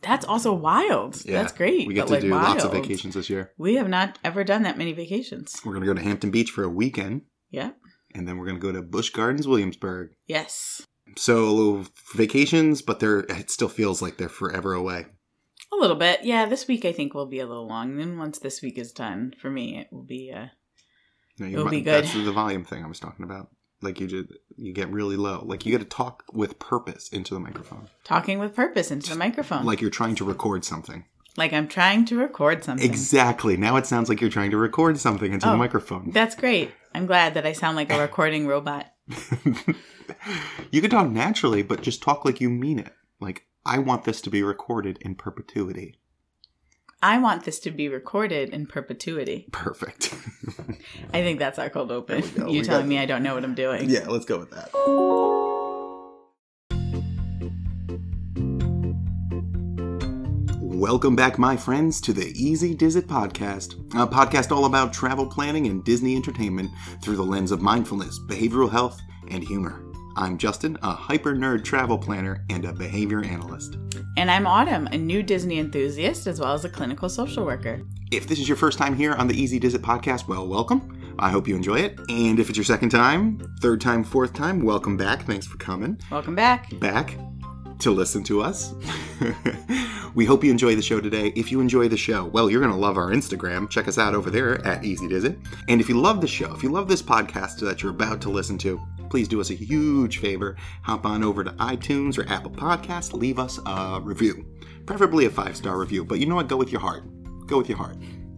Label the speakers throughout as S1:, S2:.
S1: That's also wild.
S2: Yeah.
S1: That's great.
S2: We get
S1: but,
S2: to
S1: like,
S2: do lots of
S1: wild.
S2: vacations this year.
S1: We have not ever done that many vacations.
S2: We're going to go to Hampton Beach for a weekend,
S1: Yeah.
S2: and then we're going to go to Busch Gardens, Williamsburg.
S1: Yes.
S2: So vacations, but they're it still feels like they're forever away.
S1: A little bit. Yeah, this week I think will be a little long. Then once this week is done, for me, it will be uh,
S2: You know, you
S1: It'll be good.
S2: That's the volume thing I was talking about. Like you just you get really low. Like you got to talk with purpose into the microphone.
S1: talking with purpose into the microphone. Like,
S2: Like you're trying to record something.
S1: I'm trying to record something.
S2: Exactly. Now it sounds like you're trying to record something into the
S1: Oh.
S2: microphone.
S1: That's great. I'm glad that I sound like a recording robot.
S2: you can talk naturally, but just talk like you mean it. Like I want this to be recorded in perpetuity.
S1: I want this to be recorded in perpetuity.
S2: Perfect.
S1: I think that's our cold open.
S2: There we go.
S1: You
S2: We
S1: telling
S2: got-
S1: me I don't know what I'm doing.
S2: yeah, let's go with that. Welcome back, my friends, to the Easy Dizit Podcast, a podcast all about travel planning and Disney entertainment through the lens of mindfulness, behavioral health, and humor. I'm Justin, a hyper nerd travel planner and a behavior analyst.
S1: And I'm Autumn, a new Disney enthusiast as well as a clinical social worker.
S2: If this is your first time here on the Easy Dizit podcast, well, welcome. I hope you enjoy it. And if it's your second time, third time, fourth time, welcome back. Thanks for coming.
S1: Welcome back.
S2: back to listen to us. we hope you enjoy the show today. If you enjoy the show, well, you're going to love our Instagram. Check us out over there at Easy Does It. And if you love the show, if you love this podcast that you're about to listen to, please do us a huge favor. Hop on over to iTunes or Apple Podcasts, leave us a review, preferably a five star review. But you know what? Go with your heart. Go with your heart.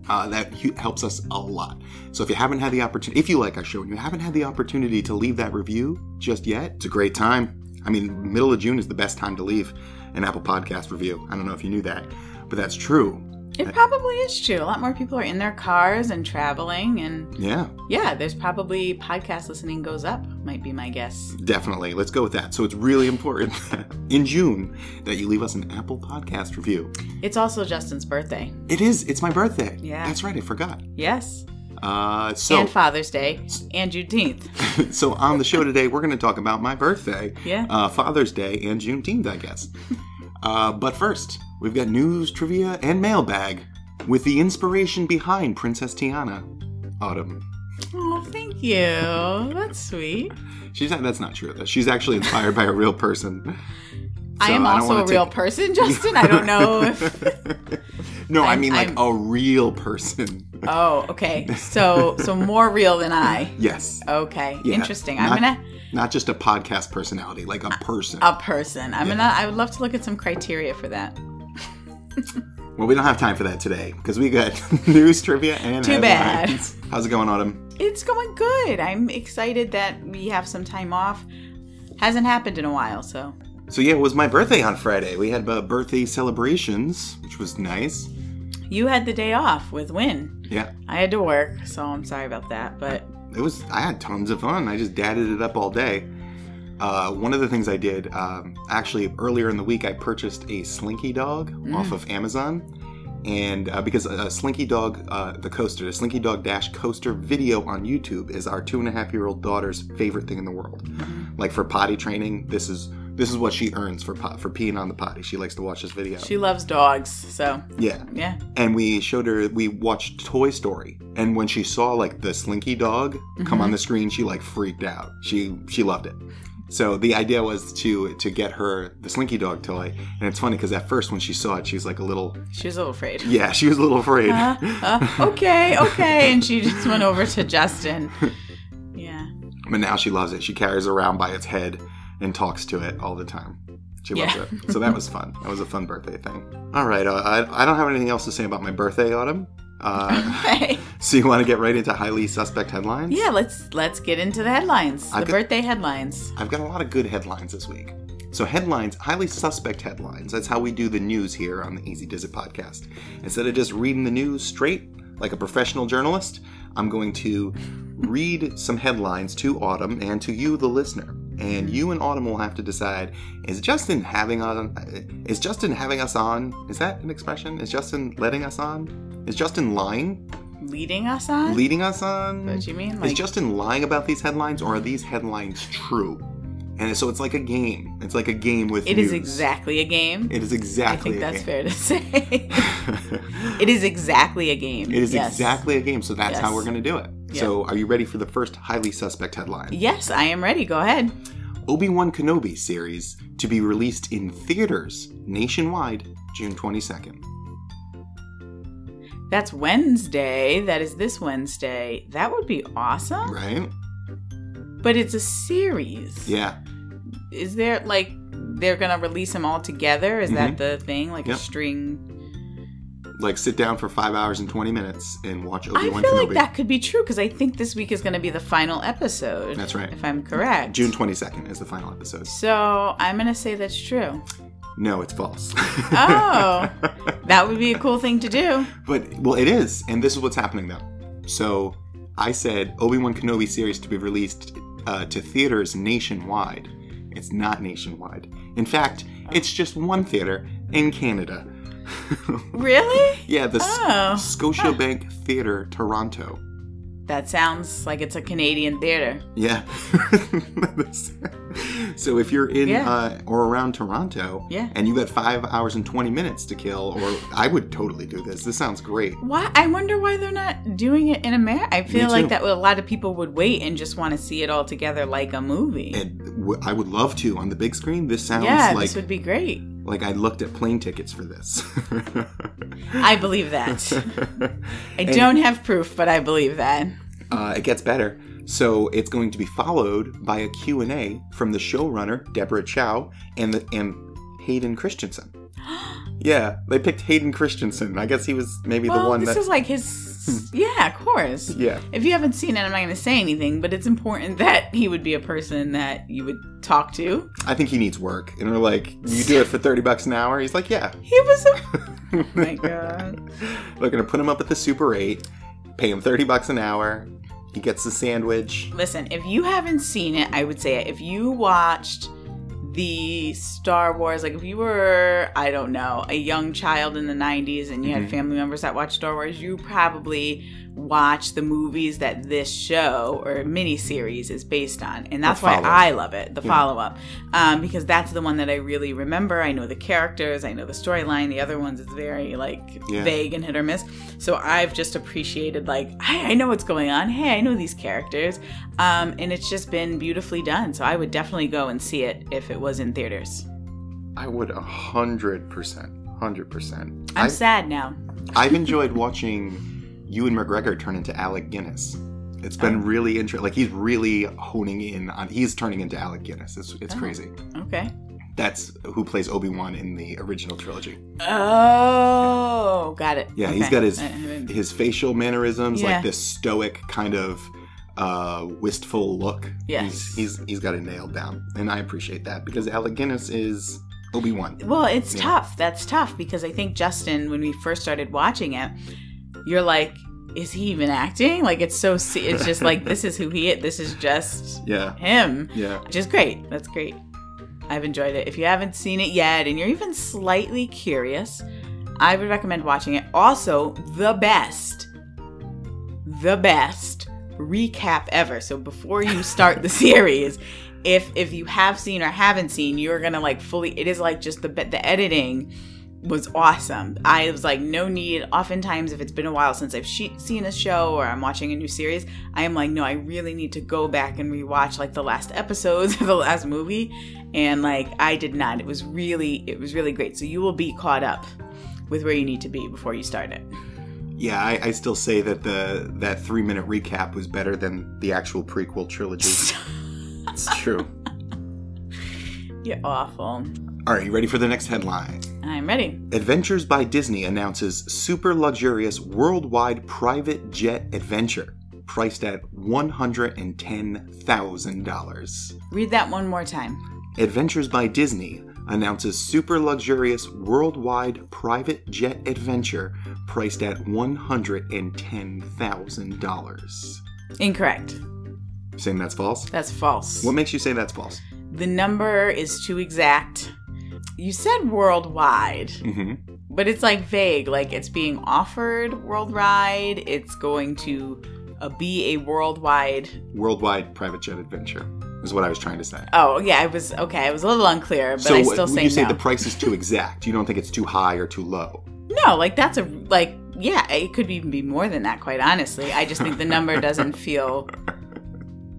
S2: Uh, that hu- helps us a lot. So if you haven't had the opportunity, if you like our show and you haven't had the opportunity to leave that review just yet, it's a great time. I mean, middle of June is the best time to leave an Apple Podcast review. I don't know if you knew that, but that's true.
S1: It probably is true. A lot more people are in their cars and traveling, and
S2: Yeah,
S1: yeah, there's probably podcast listening goes up, might be my guess.
S2: definitely. Let's go with that. So it's really important that in June that you leave us an Apple Podcast review.
S1: It's also Justin's birthday.
S2: It is. It's my birthday.
S1: Yeah.
S2: that's right. I forgot.
S1: Yes.
S2: Uh, so
S1: and Father's Day and Juneteenth.
S2: so on the show today, we're going to talk about my birthday,
S1: Yeah.
S2: uh, Father's Day, and Juneteenth, I guess. Uh, but first, we've got news, trivia, and mailbag with the inspiration behind Princess Tiana, Autumn.
S1: Oh, thank you. That's sweet.
S2: She's not, that's not true. Though. She's actually inspired by a real person.
S1: I
S2: So
S1: am
S2: don't
S1: also
S2: wanna
S1: a real
S2: take-
S1: person, Justin. I don't know if
S2: no, i
S1: I'm-
S2: mean like
S1: I'm-
S2: a real person.
S1: Oh, okay. So so more real than I.
S2: yes,
S1: Okay.
S2: Yeah,
S1: Interesting. I'm
S2: not-
S1: gonna
S2: not just a podcast personality, like a person.
S1: a person. I'm gonna I would love to look at some criteria for that.
S2: well, we don't have time for that today because we got news, trivia, and
S1: Too bad.
S2: headlines. How's it going, Autumn?
S1: It's going good. I'm excited that we have some time off. Hasn't happened in a while, so
S2: So yeah, it was my birthday on Friday. We had uh, birthday celebrations, which was nice.
S1: you had the day off with Win.
S2: Yeah,
S1: I had to work, so I'm sorry about that. But
S2: it was. I had tons of fun. I just dadded it up all day. Uh, one of the things I did, um, actually earlier in the week, I purchased a Slinky Dog off of Amazon, and uh, because uh, Slinky Dog, uh, the coaster, the Slinky Dog Dash coaster video on YouTube is our two and a half year old daughter's favorite thing in the world. Like for potty training, this is this is what she earns for pot, for peeing on the potty. She likes to watch this video.
S1: she loves dogs, so
S2: yeah.
S1: yeah.
S2: and we showed her we watched Toy Story. And when she saw like the Slinky dog come
S1: Mm-hmm.
S2: on the screen, she like freaked out. She she loved it. So the idea was to to get her the Slinky dog toy. And it's funny because at first when she saw it, she was like a little
S1: She was a little afraid.
S2: yeah, she was a little afraid.
S1: Uh, uh, okay, okay. And she just went over to Justin. Yeah.
S2: But now she loves it. She carries it around by its head and talks to it all the time. She loves
S1: Yeah.
S2: it. So that was fun. That was a fun birthday thing. All right, uh, I I don't have anything else to say about my birthday, Autumn. Uh,
S1: Hey.
S2: so you want to get right into highly suspect headlines?
S1: Yeah, let's let's get into the headlines.
S2: I
S1: the
S2: could-
S1: birthday headlines.
S2: I've got a lot of good headlines this week. So headlines, highly suspect headlines. That's how we do the news here on the Easy Does It podcast. Instead of just reading the news straight like a professional journalist, I'm going to read some headlines to Autumn and to you, the listener. And you and Autumn will have to decide: Is Justin having on? Is Justin having us on? Is that an expression? Is Justin letting us on? Is Justin lying?
S1: Leading us on?
S2: Leading us on?
S1: what do you mean?
S2: Is
S1: Like
S2: Justin lying about these headlines, or are these headlines true? And so it's like a game. It's like a game with
S1: It is
S2: news.
S1: exactly a game.
S2: It is
S1: I
S2: exactly.
S1: think
S2: a
S1: that's
S2: game.
S1: fair to say.
S2: fair.
S1: it is exactly a game.
S2: it is
S1: Yes.
S2: exactly a game. So that's how
S1: Yes.
S2: we're going to do it.
S1: Yeah.
S2: So are you ready for the first highly suspect headline?
S1: Yes, I am ready. Go ahead.
S2: Obi Wan Kenobi series to be released in theaters nationwide June 22nd.
S1: That's Wednesday. That is this Wednesday. That would be awesome.
S2: Right?
S1: But it's a series.
S2: Yeah.
S1: Is there like they're gonna release them all together? Is that the thing? Like
S2: Mm-hmm. Yep.
S1: a string?
S2: Like sit down for five hours and 20 minutes and watch Obi
S1: I
S2: Wan
S1: feel
S2: Kenobi.
S1: like that could be true because I think this week is gonna be the final episode.
S2: That's right.
S1: If I'm correct.
S2: June 22nd is the final episode.
S1: So I'm gonna say that's true.
S2: No, it's false.
S1: Oh, that would be a cool thing to do.
S2: But well, it is, and this is what's happening though. So I said Obi Wan Kenobi series to be released uh, to theaters nationwide. It's not nationwide. In fact, it's just one theater in Canada.
S1: Really?
S2: yeah, the
S1: Oh,
S2: S- Scotiabank Theater, Toronto.
S1: That sounds like it's a Canadian theater.
S2: Yeah. so if you're in
S1: Yeah.
S2: uh, or around Toronto,
S1: Yeah.
S2: and you got five hours and twenty minutes to kill, or I would totally do this. This sounds great.
S1: Why? I wonder why they're not doing it in America. I feel
S2: too.
S1: like that would, a lot of people would wait and just want to see it all together like a movie.
S2: And w- I would love to on the big screen. This sounds
S1: yeah,
S2: like
S1: this would be great.
S2: like I looked at plane tickets for this.
S1: I believe that. I don't have proof, but I believe that.
S2: uh, it gets better. So it's going to be followed by a Q&A from the showrunner Deborah Chow and the, and Hayden Christensen. Yeah, they picked Hayden Christensen. I guess he was maybe the
S1: well,
S2: one
S1: this
S2: that
S1: is like his. yeah, of course.
S2: Yeah.
S1: If you haven't seen it, I'm not going to say anything, but it's important that he would be a person that you would talk to.
S2: I think he needs work. And they're like, "You do it for 30 bucks an hour." He's like, "Yeah."
S1: He was a. oh my god.
S2: They're going to put him up at the Super 8, pay him 30 bucks an hour. He gets the sandwich.
S1: Listen, if you haven't seen it, I would say if you watched the Star Wars, like if you were, I don't know, a young child in the 90s and you
S2: Mhm.
S1: had family members that watched Star Wars, you probably watched the movies that this show or miniseries is based on. And that's why
S2: follow-up.
S1: I love it, the
S2: Yeah.
S1: follow up, um, because that's the one that I really remember. I know the characters, I know the storyline. The other ones, it's very like
S2: Yeah.
S1: vague and hit or miss. So I've just appreciated like, hey, I know what's going on. Hey, I know these characters, um, and it's just been beautifully done. So I would definitely go and see it if it was in theaters.
S2: I would a hundred percent, hundred percent.
S1: I'm
S2: I've
S1: sad now.
S2: I've enjoyed watching Ewan McGregor turn into Alec Guinness. It's been really interesting. Like he's really honing in on. He's turning into Alec Guinness. It's it's
S1: Oh.
S2: crazy.
S1: Okay.
S2: That's who plays Obi Wan in the original trilogy.
S1: Oh, got it.
S2: Yeah, he's
S1: Okay.
S2: got his
S1: I- I didn't-
S2: his facial mannerisms,
S1: Yeah.
S2: like this stoic kind of uh, wistful look.
S1: Yes.
S2: he's, he's he's got it nailed down, and I appreciate that because Alec Guinness is Obi Wan.
S1: Well, it's
S2: Yeah.
S1: tough. That's tough because I think Justin, when we first started watching it, you're like, is he even acting? Like it's so. se- It's just like this is who he is. This is just
S2: Yeah,
S1: him,
S2: yeah.
S1: which is great. That's great. I've enjoyed it. If you haven't seen it yet, and you're even slightly curious, I would recommend watching it. Also, the best, the best recap ever. So before you start the series, if if you have seen or haven't seen, you're gonna like fully. It is like just the be- the editing was awesome. I was like, no need. Oftentimes, if it's been a while since I've she- seen a show or I'm watching a new series, I am like, no, I really need to go back and rewatch like the last episodes of the last movie, and like I did not. It was really it was really great. So you will be caught up with where you need to be before you start it.
S2: Yeah, I, I still say that the that three minute recap was better than the actual prequel trilogy. it's true.
S1: You're awful.
S2: All right, you ready for the next headline?
S1: I'm ready.
S2: Adventures by Disney announces super luxurious worldwide private jet adventure, priced at one hundred and ten thousand dollars.
S1: Read that one more time.
S2: Adventures by Disney announces super luxurious worldwide private jet adventure, priced at one hundred and ten thousand dollars.
S1: Incorrect.
S2: Saying that's false.
S1: That's false.
S2: What makes you say that's false?
S1: The number is too exact. You said worldwide.
S2: Mm-hmm.
S1: But it's like vague, like it's being offered worldwide. It's going to uh, be a worldwide
S2: Worldwide private jet adventure. is what I was trying to say.
S1: Oh, yeah, I was okay. I was a little unclear, but
S2: so
S1: I
S2: uh,
S1: still say
S2: you say
S1: no.
S2: the price is too exact. You don't think it's too high or too low.
S1: no, like that's a like yeah, it could even be more than that. Quite honestly, I just think the number doesn't feel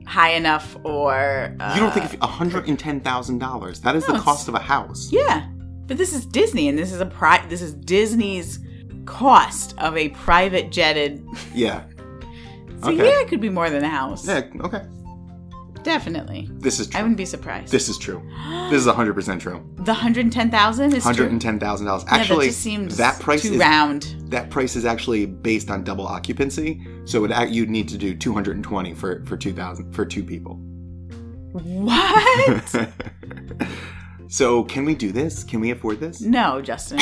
S1: high enough, or uh,
S2: you don't think if hundred and ten thousand dollars that is
S1: No,
S2: the
S1: it's-
S2: cost of a house?
S1: yeah, but this is Disney, and this is a pri- this is Disney's cost of a private jetted.
S2: Yeah.
S1: So
S2: Okay.
S1: yeah, it could be more than a house.
S2: Yeah. Okay.
S1: Definitely,
S2: This is
S1: I
S2: true.
S1: wouldn't be surprised.
S2: This is true. This is hundred percent true.
S1: the hundred ten thousand is
S2: Hundred
S1: true.
S2: and ten thousand dollars.
S1: Yeah,
S2: Actually,
S1: that just seems
S2: that price
S1: too
S2: is
S1: round.
S2: that price is actually based on double occupancy. So it act- you'd need to do two hundred and twenty for for two thousand for two people.
S1: What?
S2: so can we do this? Can we afford this?
S1: no, Justin.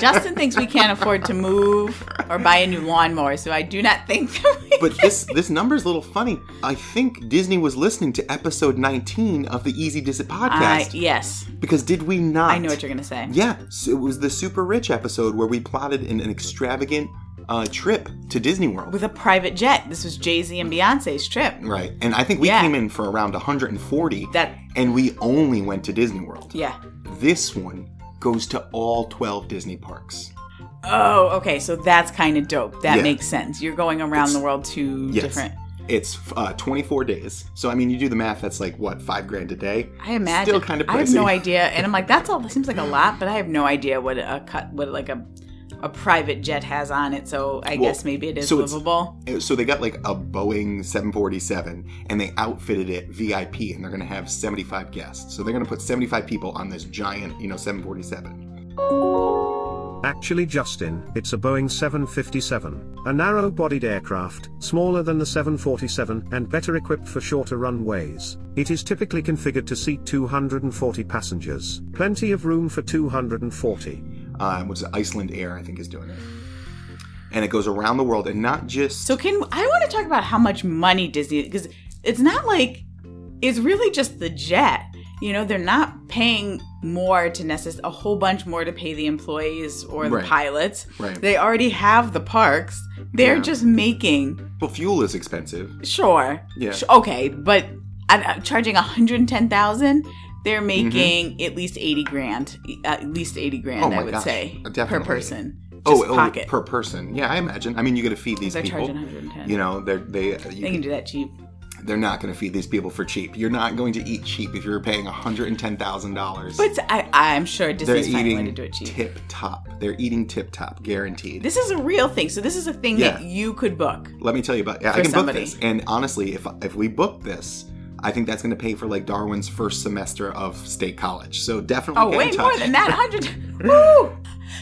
S1: Justin thinks we can't afford to move or buy a new lawnmower, so I do not think that we
S2: But this this number's a little funny. I think Disney was listening to episode 19 of the Easy Dis It
S1: I,
S2: podcast
S1: yes,
S2: because did we not?
S1: I know what you're gonna say.
S2: Yeah, so it was the super rich episode where we plotted an, an extravagant uh, trip to Disney World.
S1: With a private jet. This was Jay Z and Beyonce's trip.
S2: right, and I think we
S1: Yeah.
S2: came in for around 140,
S1: That,
S2: and we only went to Disney World.
S1: yeah.
S2: This one goes to all 12 Disney parks.
S1: Oh, okay. So that's kind of dope. That
S2: Yeah.
S1: makes sense. You're going around the world to
S2: Yes.
S1: different.
S2: It's uh, 24 days. So, I mean, you do the math, that's like, what, five grand a day?
S1: I imagine.
S2: Still kind of pricey.
S1: I have no idea, and I'm like, that's all. That seems like a lot, but I have no idea what a cut, what like a a private jet has on it. So I
S2: Well,
S1: guess maybe it is
S2: so it's-
S1: livable.
S2: Uh, So they got like a Boeing 747 and they outfitted it VIP and they're going to have 75 guests. So they're going to put 75 people on this giant, you know, 747.
S3: Actually, Justin, it's a Boeing 757, a narrow bodied aircraft, smaller than the 747 and better equipped for shorter runways. It is typically configured to seat 240 passengers, plenty of room for 240.
S2: Uh, was Iceland Air, I think, is doing it. And it goes around the world and not just.
S1: So can I want to talk about how much money Disney because it's not like it's really just the jet. You know, they're not paying more to necess a whole bunch more to pay the employees or the
S2: Right.
S1: pilots.
S2: Right.
S1: They already have the parks. They're
S2: Yeah.
S1: just making
S2: well, fuel is expensive.
S1: sure.
S2: Yeah.
S1: sh- okay, but I'm, I'm charging 110,000. They're
S2: Mm-hmm.
S1: making at least 80 grand. e, At least 80 grand,
S2: Oh
S1: I
S2: my
S1: would
S2: gosh,
S1: say per
S2: definitely.
S1: person. Just
S2: Oh, oh,
S1: pocket.
S2: per person. Yeah, I imagine. I mean, you got to feed these
S1: they're
S2: people.
S1: charging 110.
S2: You know, they're they.
S1: they can do that cheap.
S2: they're not going to feed these people for cheap. You're not going to eat cheap if you're paying $110,000.
S1: But I, I'm sure
S2: they're
S1: Disney's finding a way to
S2: eating
S1: do it cheap.
S2: tip top. They're eating tip top, guaranteed.
S1: This is a real thing. So this is a thing that
S2: Yeah.
S1: you could book.
S2: Let me tell you about. Yeah, I
S1: For
S2: can
S1: somebody.
S2: book this. And honestly, if if we book this, I think that's going to pay for like Darwin's first semester of state college. So definitely.
S1: Oh,
S2: get
S1: way
S2: in touch.
S1: more than that. 100. Woo!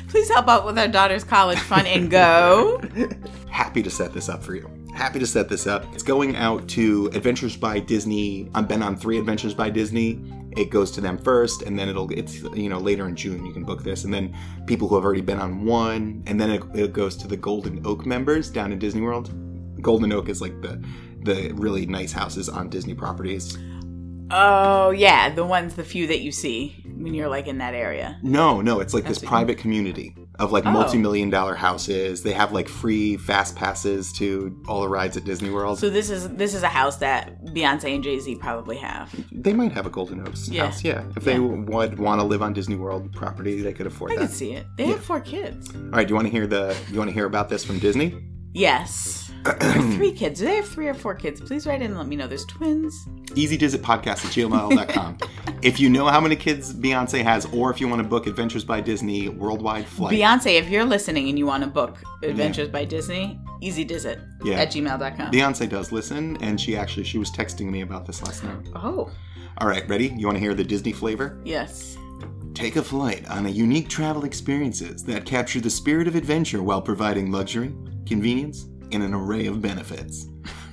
S1: Please help out with our daughter's college fund and go.
S2: Happy to set this up for you. Happy to set this up. It's going out to Adventures by Disney. I've been on three Adventures by Disney. It goes to them first, and then it'll it's you know later in June you can book this, and then people who have already been on one, and then it, it goes to the Golden Oak members down in Disney World. Golden Oak is like the the really nice houses on Disney properties.
S1: Oh, yeah. The ones, the few that you see when you're like in that area.
S2: No, no, it's like
S1: That's
S2: this
S1: what you-
S2: private community of like
S1: Oh.
S2: multi-million dollar houses. They have like free fast passes to all the rides at Disney World.
S1: So this is this is a house that Beyonce and Jay Z probably have.
S2: They might have a Golden Oaks
S1: Yeah.
S2: house, yeah. If
S1: Yeah.
S2: they would want to live on Disney World property, they could afford
S1: I
S2: that.
S1: could see it. They have four kids.
S2: All right, do you want to hear the? You want to hear about this from Disney?
S1: Yes. Or three kids. Do they have three or four kids? Please write in and let me know. There's twins.
S2: EasyDizitPodcast at gmail.com. if you know how many kids Beyonce has, or if you want to book Adventures by Disney worldwide flight,
S1: Beyonce, if you're listening and you want to book Adventures by Disney, easy it
S2: Yeah.
S1: at gmail.com.
S2: Beyonce does listen, and she actually she was texting me about this last night.
S1: oh,
S2: All right, ready? You want to hear the Disney flavor?
S1: yes.
S2: Take a flight on a unique travel experiences that capture the spirit of adventure while providing luxury, convenience, and an array of benefits.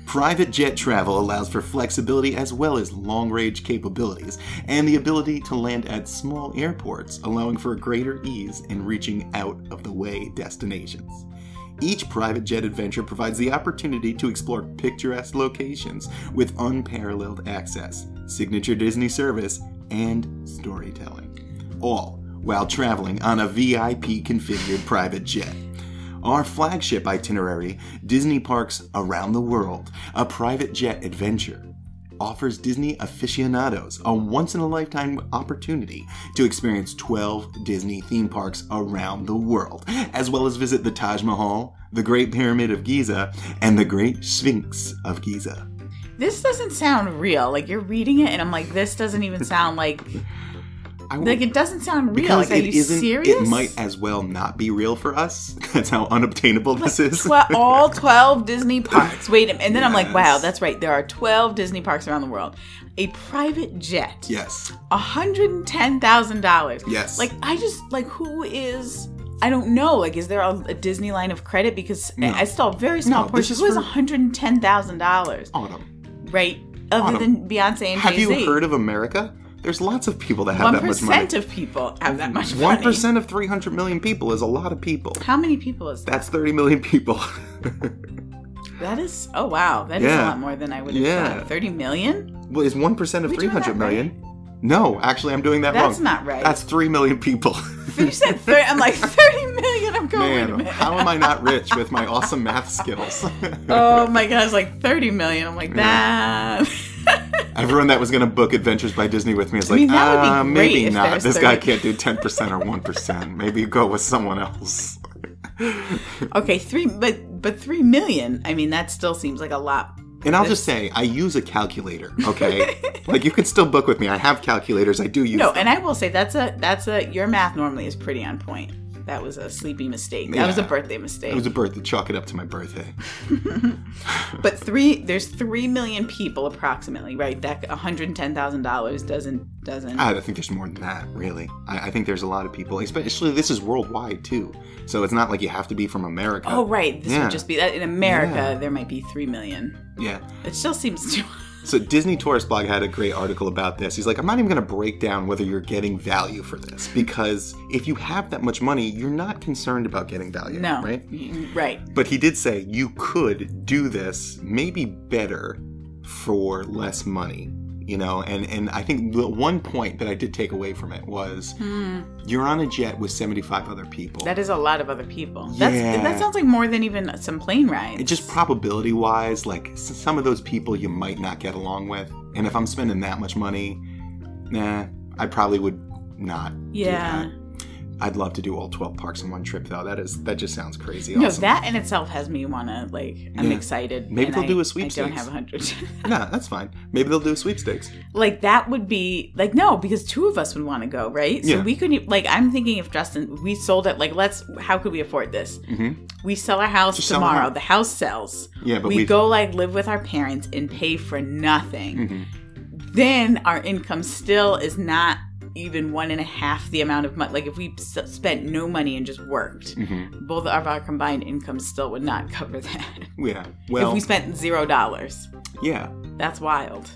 S2: Private jet travel allows for flexibility as well as long range capabilities and the ability to land at small airports, allowing for greater ease in reaching out of the way destinations. Each private jet adventure provides the opportunity to explore picturesque locations with unparalleled access, signature Disney service, and storytelling. All while traveling on a VIP configured private jet. Our flagship itinerary Disney Parks Around the World, a private jet adventure offers Disney aficionados a once in a lifetime opportunity to experience 12 Disney theme parks around the world, as well as visit the Taj Mahal, the Great Pyramid of Giza, and the Great Sphinx of Giza.
S1: This doesn't sound real. Like you're reading it, and I'm like, this doesn't even sound like
S2: I
S1: like
S2: won't-
S1: it doesn't sound real.
S2: because
S1: Like, are
S2: it
S1: you
S2: isn't-
S1: serious?
S2: It might as well not be real for us. That's how unobtainable this is.
S1: Twe- all 12 Disney parks. Wait, a- and then I'm like, wow,
S2: Yes.
S1: that's right. There are 12 Disney parks around the world. A private jet.
S2: yes.
S1: $110,000.
S2: Yes.
S1: Like, I just, like, who is. I don't know. Like, is there a, a Disney line of credit? Because I- I saw a very small
S2: No, this
S1: portion.
S2: is
S1: Who has
S2: for-
S1: $110,000?
S2: Autumn.
S1: Right? Other
S2: Autumn,
S1: than Beyonce and
S2: Have
S1: Jay-Z.
S2: you heard of America? There's lots of people that have
S1: One
S2: that much money.
S1: percent of people have that much money.
S2: One percent of three hundred million people is a lot of people.
S1: How many people is that?
S2: That's thirty million people.
S1: That is. Oh wow, that is
S2: Yeah.
S1: a lot more than I would have
S2: Yeah.
S1: thought. Thirty million.
S2: well, is one percent of
S1: We
S2: three
S1: doing that
S2: hundred million? No, actually, I'm doing that wrong.
S1: That's not right.
S2: That's three million people.
S1: you said 30, I'm like 30 million. I'm going, wait a
S2: Man,
S1: minute.
S2: how am I not rich with my awesome math skills?
S1: Oh my God, it's like 30 million. I'm like, that.
S2: Everyone that was going to book Adventures by Disney with me is
S1: I
S2: like,
S1: mean, that would be
S2: "Uh,
S1: great
S2: maybe
S1: if
S2: not.
S1: there's
S2: This guy
S1: 30
S2: can't do 10% or 1%. Maybe you go with someone else.
S1: okay, three, but but 3 million, I mean, that still seems like a lot.
S2: And I'll just say, I use a calculator, okay? like, you can still book with me. I have calculators. I do use
S1: No,
S2: them.
S1: and I will say that's a, that's a, your math normally is pretty on point. That was a sleepy mistake. That was a
S2: Yeah.
S1: birthday mistake.
S2: It was a birthday. Chalk it up to my birthday.
S1: but three, there's 3 million people approximately, right? That $110,000 doesn't, doesn't.
S2: I think there's more than that, really. I, I think there's a lot of people, especially this is worldwide, too. So it's not like you have to be from America.
S1: oh, right. This
S2: yeah.
S1: would just be that in America,
S2: Yeah.
S1: there might be 3 million.
S2: Yeah.
S1: It still seems too.
S2: So Disney Tourist Blog had a great article about this. He's like, I'm not even going to break down whether you're getting value for this because if you have that much money, you're not concerned about getting value,
S1: No. Mm,
S2: right?
S1: Right.
S2: But he did say you could do this maybe better for less money, you know. And and I think the one point that I did take away from it was you're on a jet with 75 other people.
S1: Hmm. That is a lot of other people. That's
S2: Yeah.
S1: that sounds like more than even some plane rides.
S2: It just probability wise, like s- some of those people you might not get along with. And if I'm spending that much money, nah, I probably would not.
S1: yeah.
S2: I'd love to do all 12 parks in one trip though. That is that just sounds crazy.
S1: No,
S2: awesome.
S1: that in itself has me wanna like. I'm
S2: Yeah.
S1: excited.
S2: Maybe
S1: and
S2: they'll
S1: I-
S2: do a
S1: I
S2: sweepstakes.
S1: don't have a hundred.
S2: Nah, that's fine. Maybe they'll do a sweepstakes.
S1: like that would be like no, because two of us would want to go, right? So
S2: Yeah.
S1: we couldn't. e- Like I'm thinking if Justin, we sold it. Like let's. How could we afford this?
S2: Mhm.
S1: We sell our house
S2: Just sell our
S1: tomorrow.
S2: house.
S1: The house sells.
S2: Yeah, but
S1: we
S2: we-
S1: go like live with our parents and pay for nothing.
S2: Mm-hmm.
S1: Then our income still is not even one and a half the amount of money. Like if we s- spent no money and just worked,
S2: Mm-hmm.
S1: both of our combined incomes still would not cover that.
S2: Yeah. Well,
S1: if we spent zero dollars,
S2: yeah.
S1: that's wild.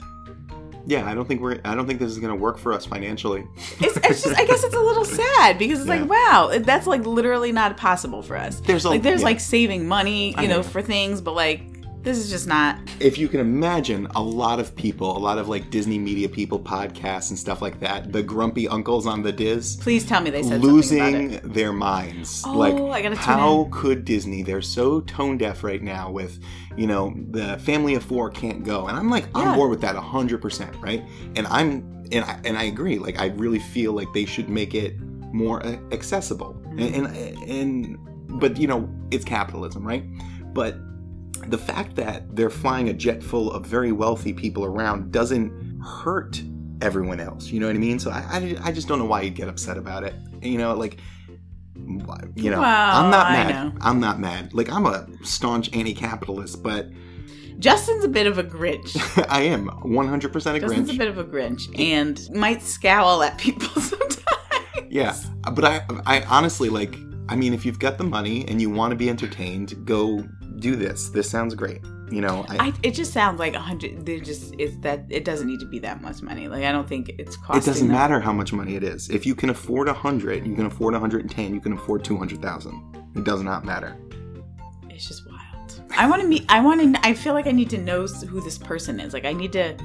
S2: Yeah, I don't think we're I don't think this is going to work for us financially.
S1: It's, it's just, I guess it's a little sad because it's
S2: Yeah.
S1: like, wow, it- that's like literally not possible for us.
S2: There's a-
S1: like, there's
S2: yeah.
S1: like saving money, you
S2: know.
S1: know, for things, but like, this is just not.
S2: if you can imagine a lot of people, a lot of like Disney media people, podcasts and stuff like that, the grumpy uncles on the Diz
S1: Please tell me they said something about it.
S2: losing their minds.
S1: Oh,
S2: like
S1: I gotta tune
S2: how could Disney? They're so tone deaf right now with, you know, the family of four can't go. And I'm like on
S1: Yeah.
S2: board with that 100%, right? And I'm and I, and I agree. Like I really feel like they should make it more uh, accessible.
S1: Mm-hmm.
S2: And, and and but you know, it's capitalism, right? But the fact that they're flying a jet full of very wealthy people around doesn't hurt everyone else. You know what I mean? So I, I, I just don't know why you'd get upset about it. You know, like, you know, I'm
S1: Well,
S2: not
S1: I
S2: mad.
S1: know.
S2: I'm not mad. Like, I'm a staunch anti capitalist, but
S1: Justin's a bit of a Grinch.
S2: I am 100% a
S1: Justin's
S2: Grinch.
S1: a bit of a Grinch and might scowl at people sometimes.
S2: Yeah, but I, I honestly like. I mean, if you've got the money and you want to be entertained, go do this. This sounds great. You know,
S1: I, it just sounds like a hundred. They're just it's that it doesn't need to be that much money. Like I don't think it's costing.
S2: It doesn't
S1: them.
S2: matter how much money it is. If you can afford a hundred, you can afford a hundred and ten. You can afford two hundred thousand. It does not matter.
S1: It's just wild. I want to meet. I want to. I feel like I need to know s- who this person is. Like I need to,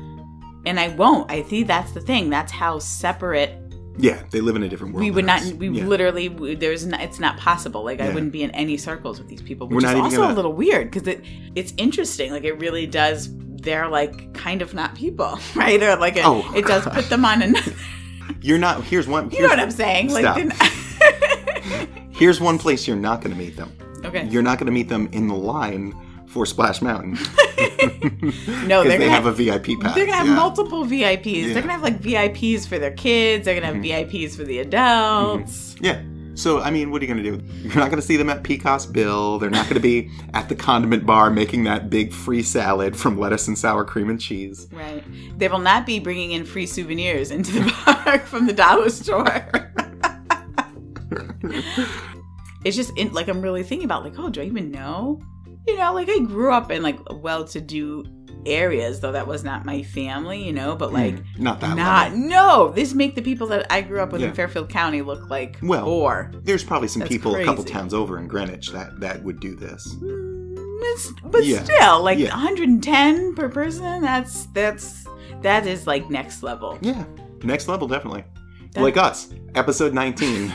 S1: and I won't. I see that's the thing. That's how separate
S2: Yeah, they live in a different world.
S1: we would
S2: than
S1: not.
S2: us.
S1: We
S2: Yeah.
S1: literally literally there's. Not, it's not possible. Like
S2: Yeah.
S1: I wouldn't be in any circles with these people,
S2: We're
S1: which
S2: not
S1: is
S2: even
S1: also
S2: gonna-
S1: a little weird because it it's interesting. Like it really does they're like kind of not people, right? They're like a,
S2: Oh,
S1: it does
S2: gosh.
S1: put them on an.
S2: You're not. Here's one.
S1: You know
S2: Here's,
S1: what I'm saying?
S2: Stop.
S1: Like, then-
S2: here's one place you're not going to meet them.
S1: okay.
S2: You're not going to meet them in the line for Splash Mountain
S1: no,
S2: because
S1: they're
S2: they
S1: gonna
S2: have
S1: have,
S2: a VIP pass.
S1: they're gonna have
S2: Uh, yeah.
S1: multiple VIPs.
S2: Yeah. Mm-hmm.
S1: They're gonna have like VIPs for their kids. They're gonna have VIPs for the adults.
S2: Yeah. So I mean, what are you going to do? You're not going to see them at Pecos Bill. They're not going to be at the condiment bar making that big free salad from lettuce and sour cream and cheese.
S1: Right. They will not be bringing in free souvenirs into the park from the dollar store. it's just in, like I'm really thinking about like, oh, do I even know? You know, like I grew up in like well-to-do areas, though that was not my family. You know,
S2: Mm.
S1: but like.
S2: Hmm, Not that.
S1: Not
S2: level.
S1: no. This make the people that I grew up with
S2: Yeah.
S1: in Fairfield County look like
S2: Well-
S1: poor.
S2: There's probably some
S1: That's
S2: people a couple
S1: crazy.
S2: towns over in Greenwich that that would do this.
S1: Mm, it's- but
S2: Yeah.
S1: still, like
S2: Yeah.
S1: 110 per person. That's that's that is like next level.
S2: Yeah. Next level, definitely.
S1: That-
S2: like us, episode 19.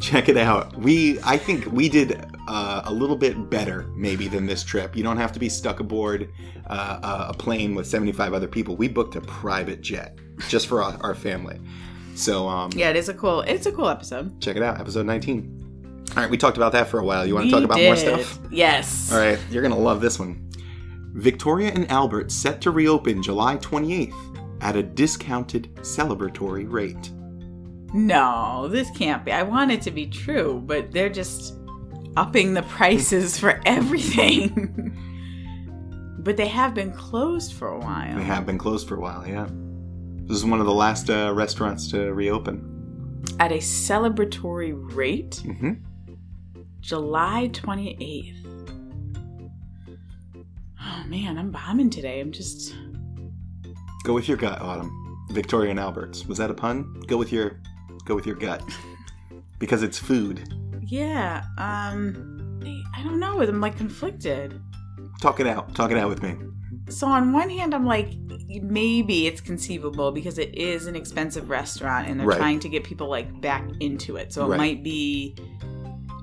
S2: Check it out. We, I think we did uh, a little bit better maybe than this trip. You don't have to be stuck aboard uh, a plane with 75 other people. We booked a private jet just for our, our family. So um,
S1: Yeah, it is a cool. It's a cool episode.
S2: check it out, episode 19. All right, we talked about that for a while. You want to
S1: We
S2: talk about more
S1: did.
S2: stuff?
S1: Yes.
S2: All right, you're going to love this one. Victoria and Albert set to reopen July 28th at a discounted celebratory rate.
S1: No, this can't be. I want it to be true, but they're just upping the prices for everything. but they have been closed for a while.
S2: They have been closed for a while, yeah. This is one of the last uh, restaurants to reopen.
S1: At a celebratory rate.
S2: hmm
S1: July 28th. Oh man, I'm bombing today. I'm just.
S2: Go with your gut, Autumn. Victoria and Alberts. Was that a pun? Go with your, go with your gut, because it's food.
S1: Yeah, um. I don't know. I'm like conflicted.
S2: Talk it out. Talk it out with me.
S1: So, on one hand, I'm like, maybe it's conceivable because it is an expensive restaurant and they're
S2: Right.
S1: trying to get people like back into it. So, it
S2: Right.
S1: might be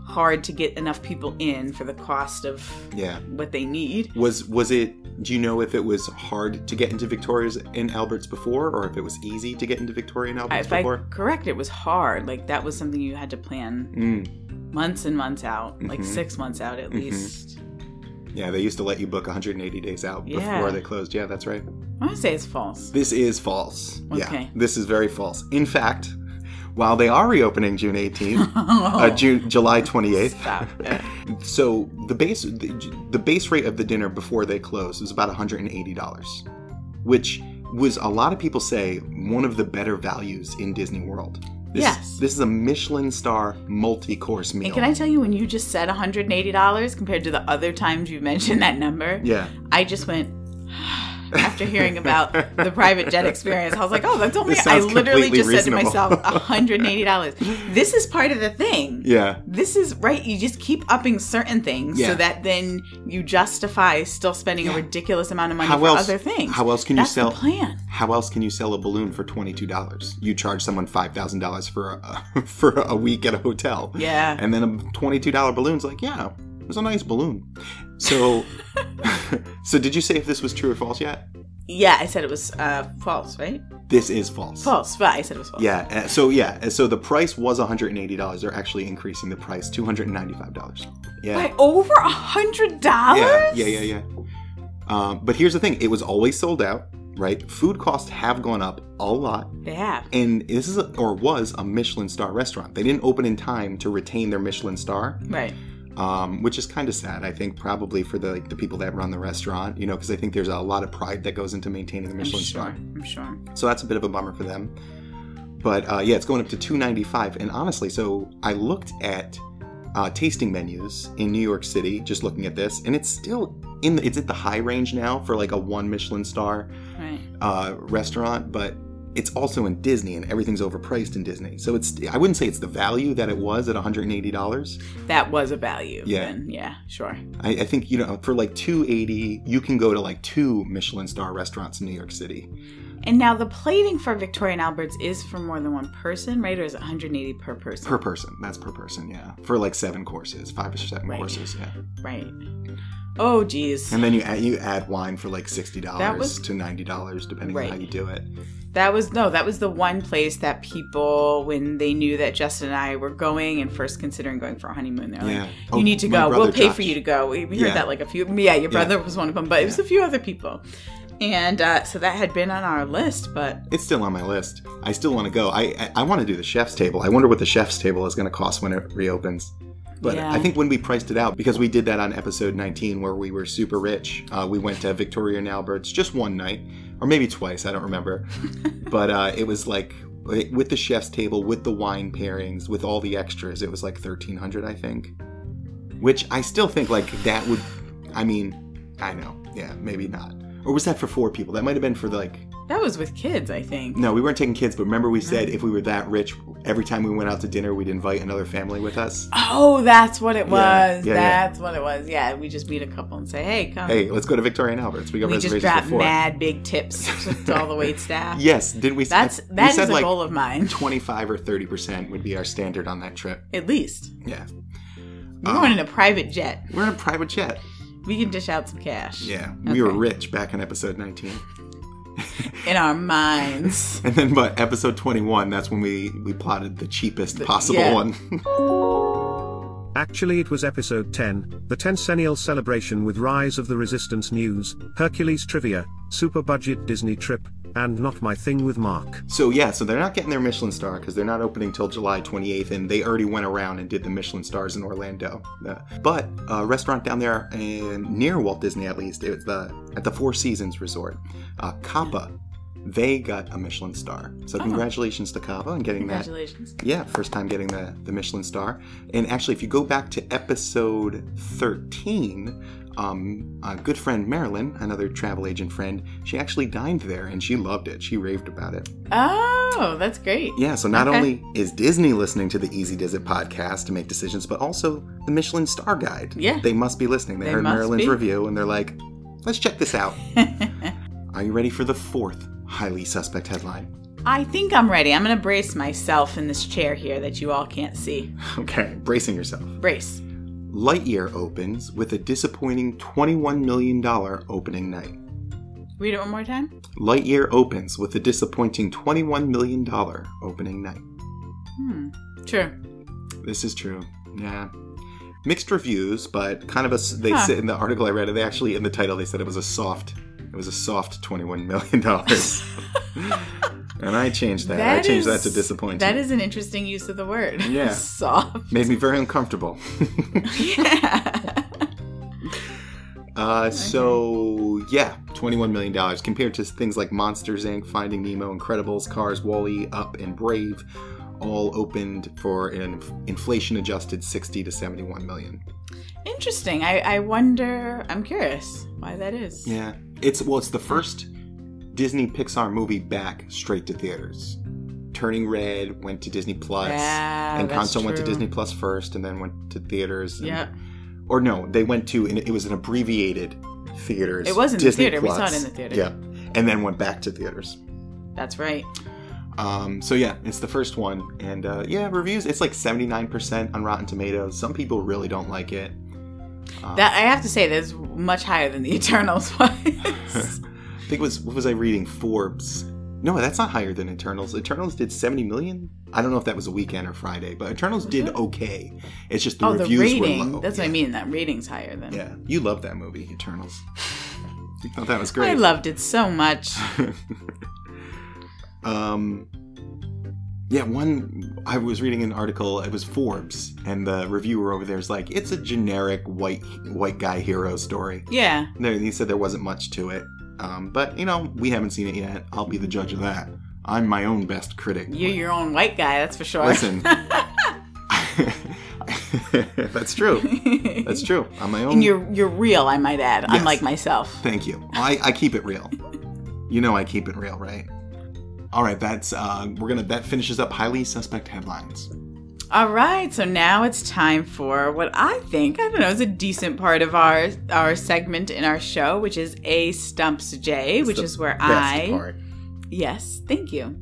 S1: hard to get enough people in for the cost of
S2: Yeah.
S1: what they need.
S2: Was was it? Do you know if it was hard to get into Victoria's and Alberts before, or if it was easy to get into Victoria and Alberts
S1: Uh, If I
S2: before?
S1: correct, it was hard. Like, that was something you had to plan
S2: Mm.
S1: months and months out, like
S2: Mhm.
S1: six months out at
S2: Mhm.
S1: least.
S2: Yeah, they used to let you book 180 days out before
S1: Yeah.
S2: they closed. Yeah, that's right.
S1: I want to say it's false.
S2: This is false. Yeah,
S1: Okay.
S2: this is very false. In fact, while they are reopening June 18th, uh, June, July 28th,
S1: Stop. it.
S2: so the base the, the base rate of the dinner before they closed was about $180, which was a lot of people say one of the better values in Disney World. This,
S1: Yes.
S2: This is a Michelin star multi-course meal.
S1: And can I tell you, when you just said $180 compared to the other times you mentioned that number,
S2: yeah.
S1: I just went after hearing about the private jet experience. I was like, oh, that's only,
S2: This
S1: I
S2: sounds
S1: literally just
S2: completely
S1: said to
S2: reasonable.
S1: myself, $180. this is part of the thing.
S2: Yeah.
S1: This is right. You just keep upping certain things
S2: Yeah.
S1: so that then you justify still spending a ridiculous amount of money
S2: How
S1: for
S2: else-
S1: other things.
S2: how else can you
S1: That's the
S2: sell-
S1: plan?
S2: How else can you sell a balloon for $22? You charge someone $5,000 for a, for a week at a hotel.
S1: Yeah.
S2: And then a twenty-two dollar balloon's like, yeah, it was a nice balloon. So, so did you say if this was true or false yet?
S1: Yeah, I said it was uh, false, right?
S2: This is false.
S1: False, but I said it was false.
S2: Yeah. uh, So yeah. uh, So the price was one hundred and eighty dollars. They're actually increasing the price two hundred and ninety-five dollars. Yeah.
S1: By over a hundred dollars?
S2: Yeah. Yeah. Yeah. Yeah. Um, but here's the thing: it was always sold out, right? Food costs have gone up a lot.
S1: They have.
S2: And this is, a, or was, a Michelin star restaurant. They didn't open in time to retain their Michelin star.
S1: Right.
S2: um, which is kind of sad. I think probably for the like, the people that run the restaurant, you know, because I think there's a lot of pride that goes into maintaining the
S1: I'm
S2: Michelin
S1: sure.
S2: star.
S1: I'm sure.
S2: So that's a bit of a bummer for them. But uh, yeah, it's going up to 295. And honestly, so I looked at uh, tasting menus in New York City, just looking at this, and it's still in. The, it's at the high range now for like a one Michelin star
S1: Right.
S2: uh, restaurant, but it's also in Disney, and everything's overpriced in Disney. So it's I wouldn't say it's the value that it was at 180 dollars.
S1: That was a value.
S2: Yeah.
S1: Then. Yeah. Sure.
S2: I, I think you know for like 280 you can go to like two michelin star restaurants in new york city
S1: And now the plating for Victoria and Albert's is for more than one person, right? Or is it 180 per person?
S2: per person that's per person yeah for like seven courses five or seven
S1: Right.
S2: courses yeah
S1: right. Oh, geez.
S2: And then you add, you add wine for like sixty
S1: That
S2: dollars
S1: was-
S2: to ninety dollars, depending
S1: Right.
S2: on how you do it.
S1: That was no, that was the one place that people, when they knew that Justin and I were going and first considering going for a honeymoon, they're
S2: Yeah.
S1: like, "You
S2: Oh,
S1: need to
S2: my
S1: go.
S2: brother
S1: We'll pay
S2: Josh.
S1: for you to go." We, we
S2: Yeah.
S1: heard that like a few. Yeah, your brother was one of them, but it was a few other people, and uh, so that had been on our list. But
S2: It's still on my list. I still want to go. I I, I want to do the chef's table. I wonder what the chef's table is going to cost when it reopens. But
S1: Yeah.
S2: I think when we priced it out, because we did that on episode 19 where we were super rich, uh, we went to Victoria and Albert's just one night, or maybe twice, I don't remember. but uh, it was like it- with the chef's table, with the wine pairings, with all the extras, it was like 1300 I think. Which I still think like that would, I mean, I know, yeah, maybe not. Or was that for four people? That might have been for like
S1: that was with kids, I think.
S2: no, we weren't taking kids, but remember we said if we were that rich, every time we went out to dinner, we'd invite another family with us.
S1: Oh, that's what it
S2: Yeah,
S1: was.
S2: yeah, yeah.
S1: that's what it was. Yeah, we just meet a couple and say, "Hey, come."
S2: Hey, let's go to Victoria and Albert's. We got
S1: we just
S2: reservations
S1: dropped
S2: for four.
S1: mad big tips to all the wait staff.
S2: Yes, did we?
S1: that's
S2: I-
S1: that
S2: we
S1: is
S2: said
S1: a
S2: like
S1: goal of mine,
S2: twenty-five or thirty percent would be our standard on that trip.
S1: at least.
S2: Yeah,
S1: We're
S2: Oh.
S1: going in a private jet.
S2: we're in a private jet.
S1: We can dish out some cash.
S2: Yeah, we were
S1: Okay.
S2: rich back in episode nineteen,
S1: in our minds.
S2: and then by episode twenty-one, that's when we we plotted the cheapest possible
S1: yeah.
S2: one.
S3: Actually, it was episode 10, the Tencennial celebration with Rise of the Resistance news, Hercules trivia, super budget Disney trip, and Not My Thing with Mark.
S2: so yeah, so they're not getting their Michelin star because they're not opening till July 28th, and they already went around and did the Michelin stars in Orlando. Uh, but a restaurant down there and near Walt Disney, at least, it's the at the Four Seasons Resort, uh, Kappa. They got a Michelin star. So congratulations to Kappa on getting that
S1: Congratulations.
S2: yeah, first time getting the, the Michelin star. And actually, if you go back to episode 13, um, a good friend Marilyn, another travel agent friend, she actually dined there and she loved it. She raved about it.
S1: Oh, that's great.
S2: Yeah, so not
S1: Okay.
S2: only is Disney listening to the Easy Does It podcast to make decisions, but also the Michelin Star Guide.
S1: Yeah.
S2: They must be listening. They,
S1: They
S2: heard
S1: must
S2: Marilyn's
S1: be.
S2: review and they're like, let's check this out. Are you ready for the fourth highly suspect headline?
S1: I think I'm ready. I'm going to brace myself in this chair here that you all can't see.
S2: Okay, bracing yourself.
S1: Brace.
S2: Lightyear opens with a disappointing $21 million opening night.
S1: Read it one more time.
S2: Lightyear opens with a disappointing $21 million opening night.
S1: Hmm. Sure.
S2: This is true. Yeah. Mixed reviews, but kind of a. s- They
S1: Huh.
S2: said in the article I read, they actually in the title they said it was a soft. It was a soft twenty-one million dollars. and I changed that. I changed that to
S1: is-
S2: disappointing.
S1: That is an interesting use of the word.
S2: Yeah.
S1: Soft.
S2: made me very uncomfortable.
S1: yeah.
S2: Uh, So yeah, twenty-one million dollars compared to things like Monsters Inc., Finding Nemo, Incredibles, Cars, Wally, Up, and Brave, all opened for an inflation-adjusted sixty to seventy-one million.
S1: Interesting. I, I wonder, I'm curious why that is.
S2: Yeah, it's well, it's the first Disney Pixar movie back straight to theaters. Turning Red went to Disney Plus,
S1: Yeah,
S2: and
S1: that's
S2: Conso went to
S1: true.
S2: Disney Plus first, and then went to theaters. and-
S1: Yeah.
S2: or no, they went to and it was an abbreviated theaters.
S1: It was in the
S2: Disney
S1: theater. We saw
S2: Plus.
S1: it in the theater.
S2: Yeah, and then went back to theaters.
S1: That's right.
S2: Um, so yeah, it's the first one, and uh, yeah, reviews. It's like seventy nine percent on Rotten Tomatoes. Some people really don't like it.
S1: That I have to say, that's much higher than the Eternals was.
S2: I think it was what was I reading? Forbes. No, that's not higher than Eternals. Eternals did seventy million. I don't know if that was a weekend or Friday, but Eternals did okay. It's just the
S1: oh, the
S2: reviews
S1: rating.
S2: were low.
S1: That's
S2: yeah.
S1: what I mean. That rating's higher than.
S2: Yeah, you love that movie, Eternals. you thought that was great.
S1: I loved it so much.
S2: Um, yeah, one I was reading an article. It was Forbes, and the reviewer over there's like, it's a generic white white guy hero story.
S1: Yeah.
S2: There, he said there wasn't much to it, um, but you know we haven't seen it yet. I'll be the judge of that. I'm my own best critic.
S1: You're your own white guy, that's for sure.
S2: Listen, that's true. That's true. I'm my own.
S1: and you're you're real, I might add,
S2: Yes.
S1: unlike myself.
S2: Thank you. I, I keep it real. You know I keep it real, right? All right, that's uh, we're gonna that finishes up highly suspect headlines.
S1: All right, so now it's time for what I think I don't know is a decent part of our our segment in our show, which is a stumps Jay, which
S2: the
S1: is where
S2: best
S1: I
S2: part.
S1: Yes, thank you.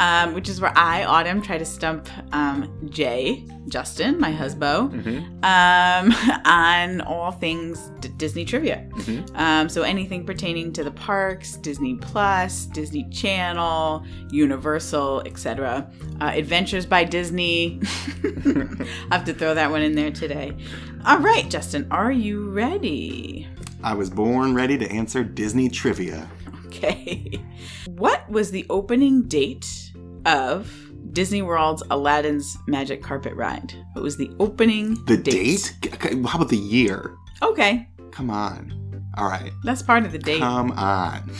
S1: Um, which is where I, Autumn, try to stump um, Jay, Justin, my husband,
S2: Mm-hmm.
S1: um, on all things D- Disney trivia.
S2: Mhm.
S1: Um, so anything pertaining to the parks, Disney Plus, Disney Channel, Universal, etc. Uh, Adventures by Disney. I have to throw that one in there today. All right, Justin, are you ready?
S2: I was born ready to answer Disney trivia.
S1: Okay. What was the opening date of Disney World's Aladdin's Magic Carpet Ride? What was the opening
S2: The date? Okay, How about the year?
S1: Okay,
S2: Come on. All right.
S1: that's part of the date.
S2: Come on.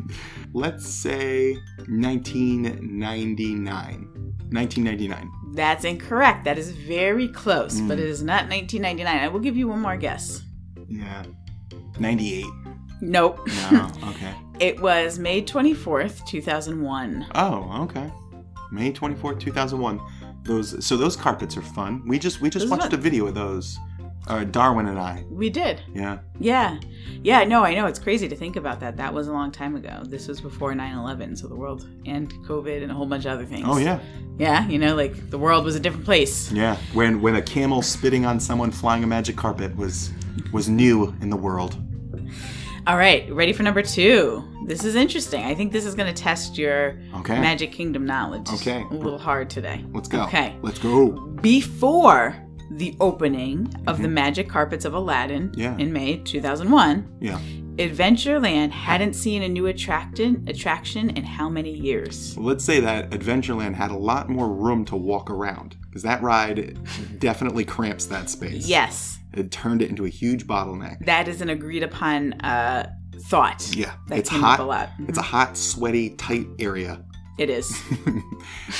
S2: Let's say 1999. 1999.
S1: That's incorrect. That is very close,
S2: Mm.
S1: but it is not 1999. I will give you one more guess.
S2: Yeah. 98.
S1: Nope.
S2: No. okay.
S1: It was May 24th, 2001.
S2: Oh, okay. May 24, 2001. Those so those carpets are fun. We just we just
S1: Those are
S2: watched a
S1: fun.
S2: video of those. Uh, Darwin and I.
S1: We did.
S2: Yeah.
S1: Yeah. Yeah, no, I know. It's crazy to think about that. That was a long time ago. This was before 9 11, so the world and COVID and a whole bunch of other things.
S2: Oh yeah.
S1: Yeah, you know, like the world was a different place.
S2: Yeah. When when a camel spitting on someone flying a magic carpet was was new in the world.
S1: All right, ready for number two. This is interesting. I think this is going to test your
S2: Okay.
S1: Magic Kingdom knowledge.
S2: Okay.
S1: A little hard today.
S2: Let's go.
S1: Okay.
S2: Let's go.
S1: Before the opening of the Magic Carpets of Aladdin
S2: Mm-hmm. Yeah.
S1: in May 2001,
S2: Yeah.
S1: Adventureland hadn't seen a new attraction attraction in how many years?
S2: Well, let's say that Adventureland had a lot more room to walk around because that ride definitely cramps that space.
S1: Yes,
S2: It turned it into a huge bottleneck.
S1: that is an agreed upon uh, thought.
S2: yeah.
S1: That
S2: it's
S1: came
S2: hot.
S1: up a lot.
S2: It's a hot, sweaty, tight area.
S1: It is.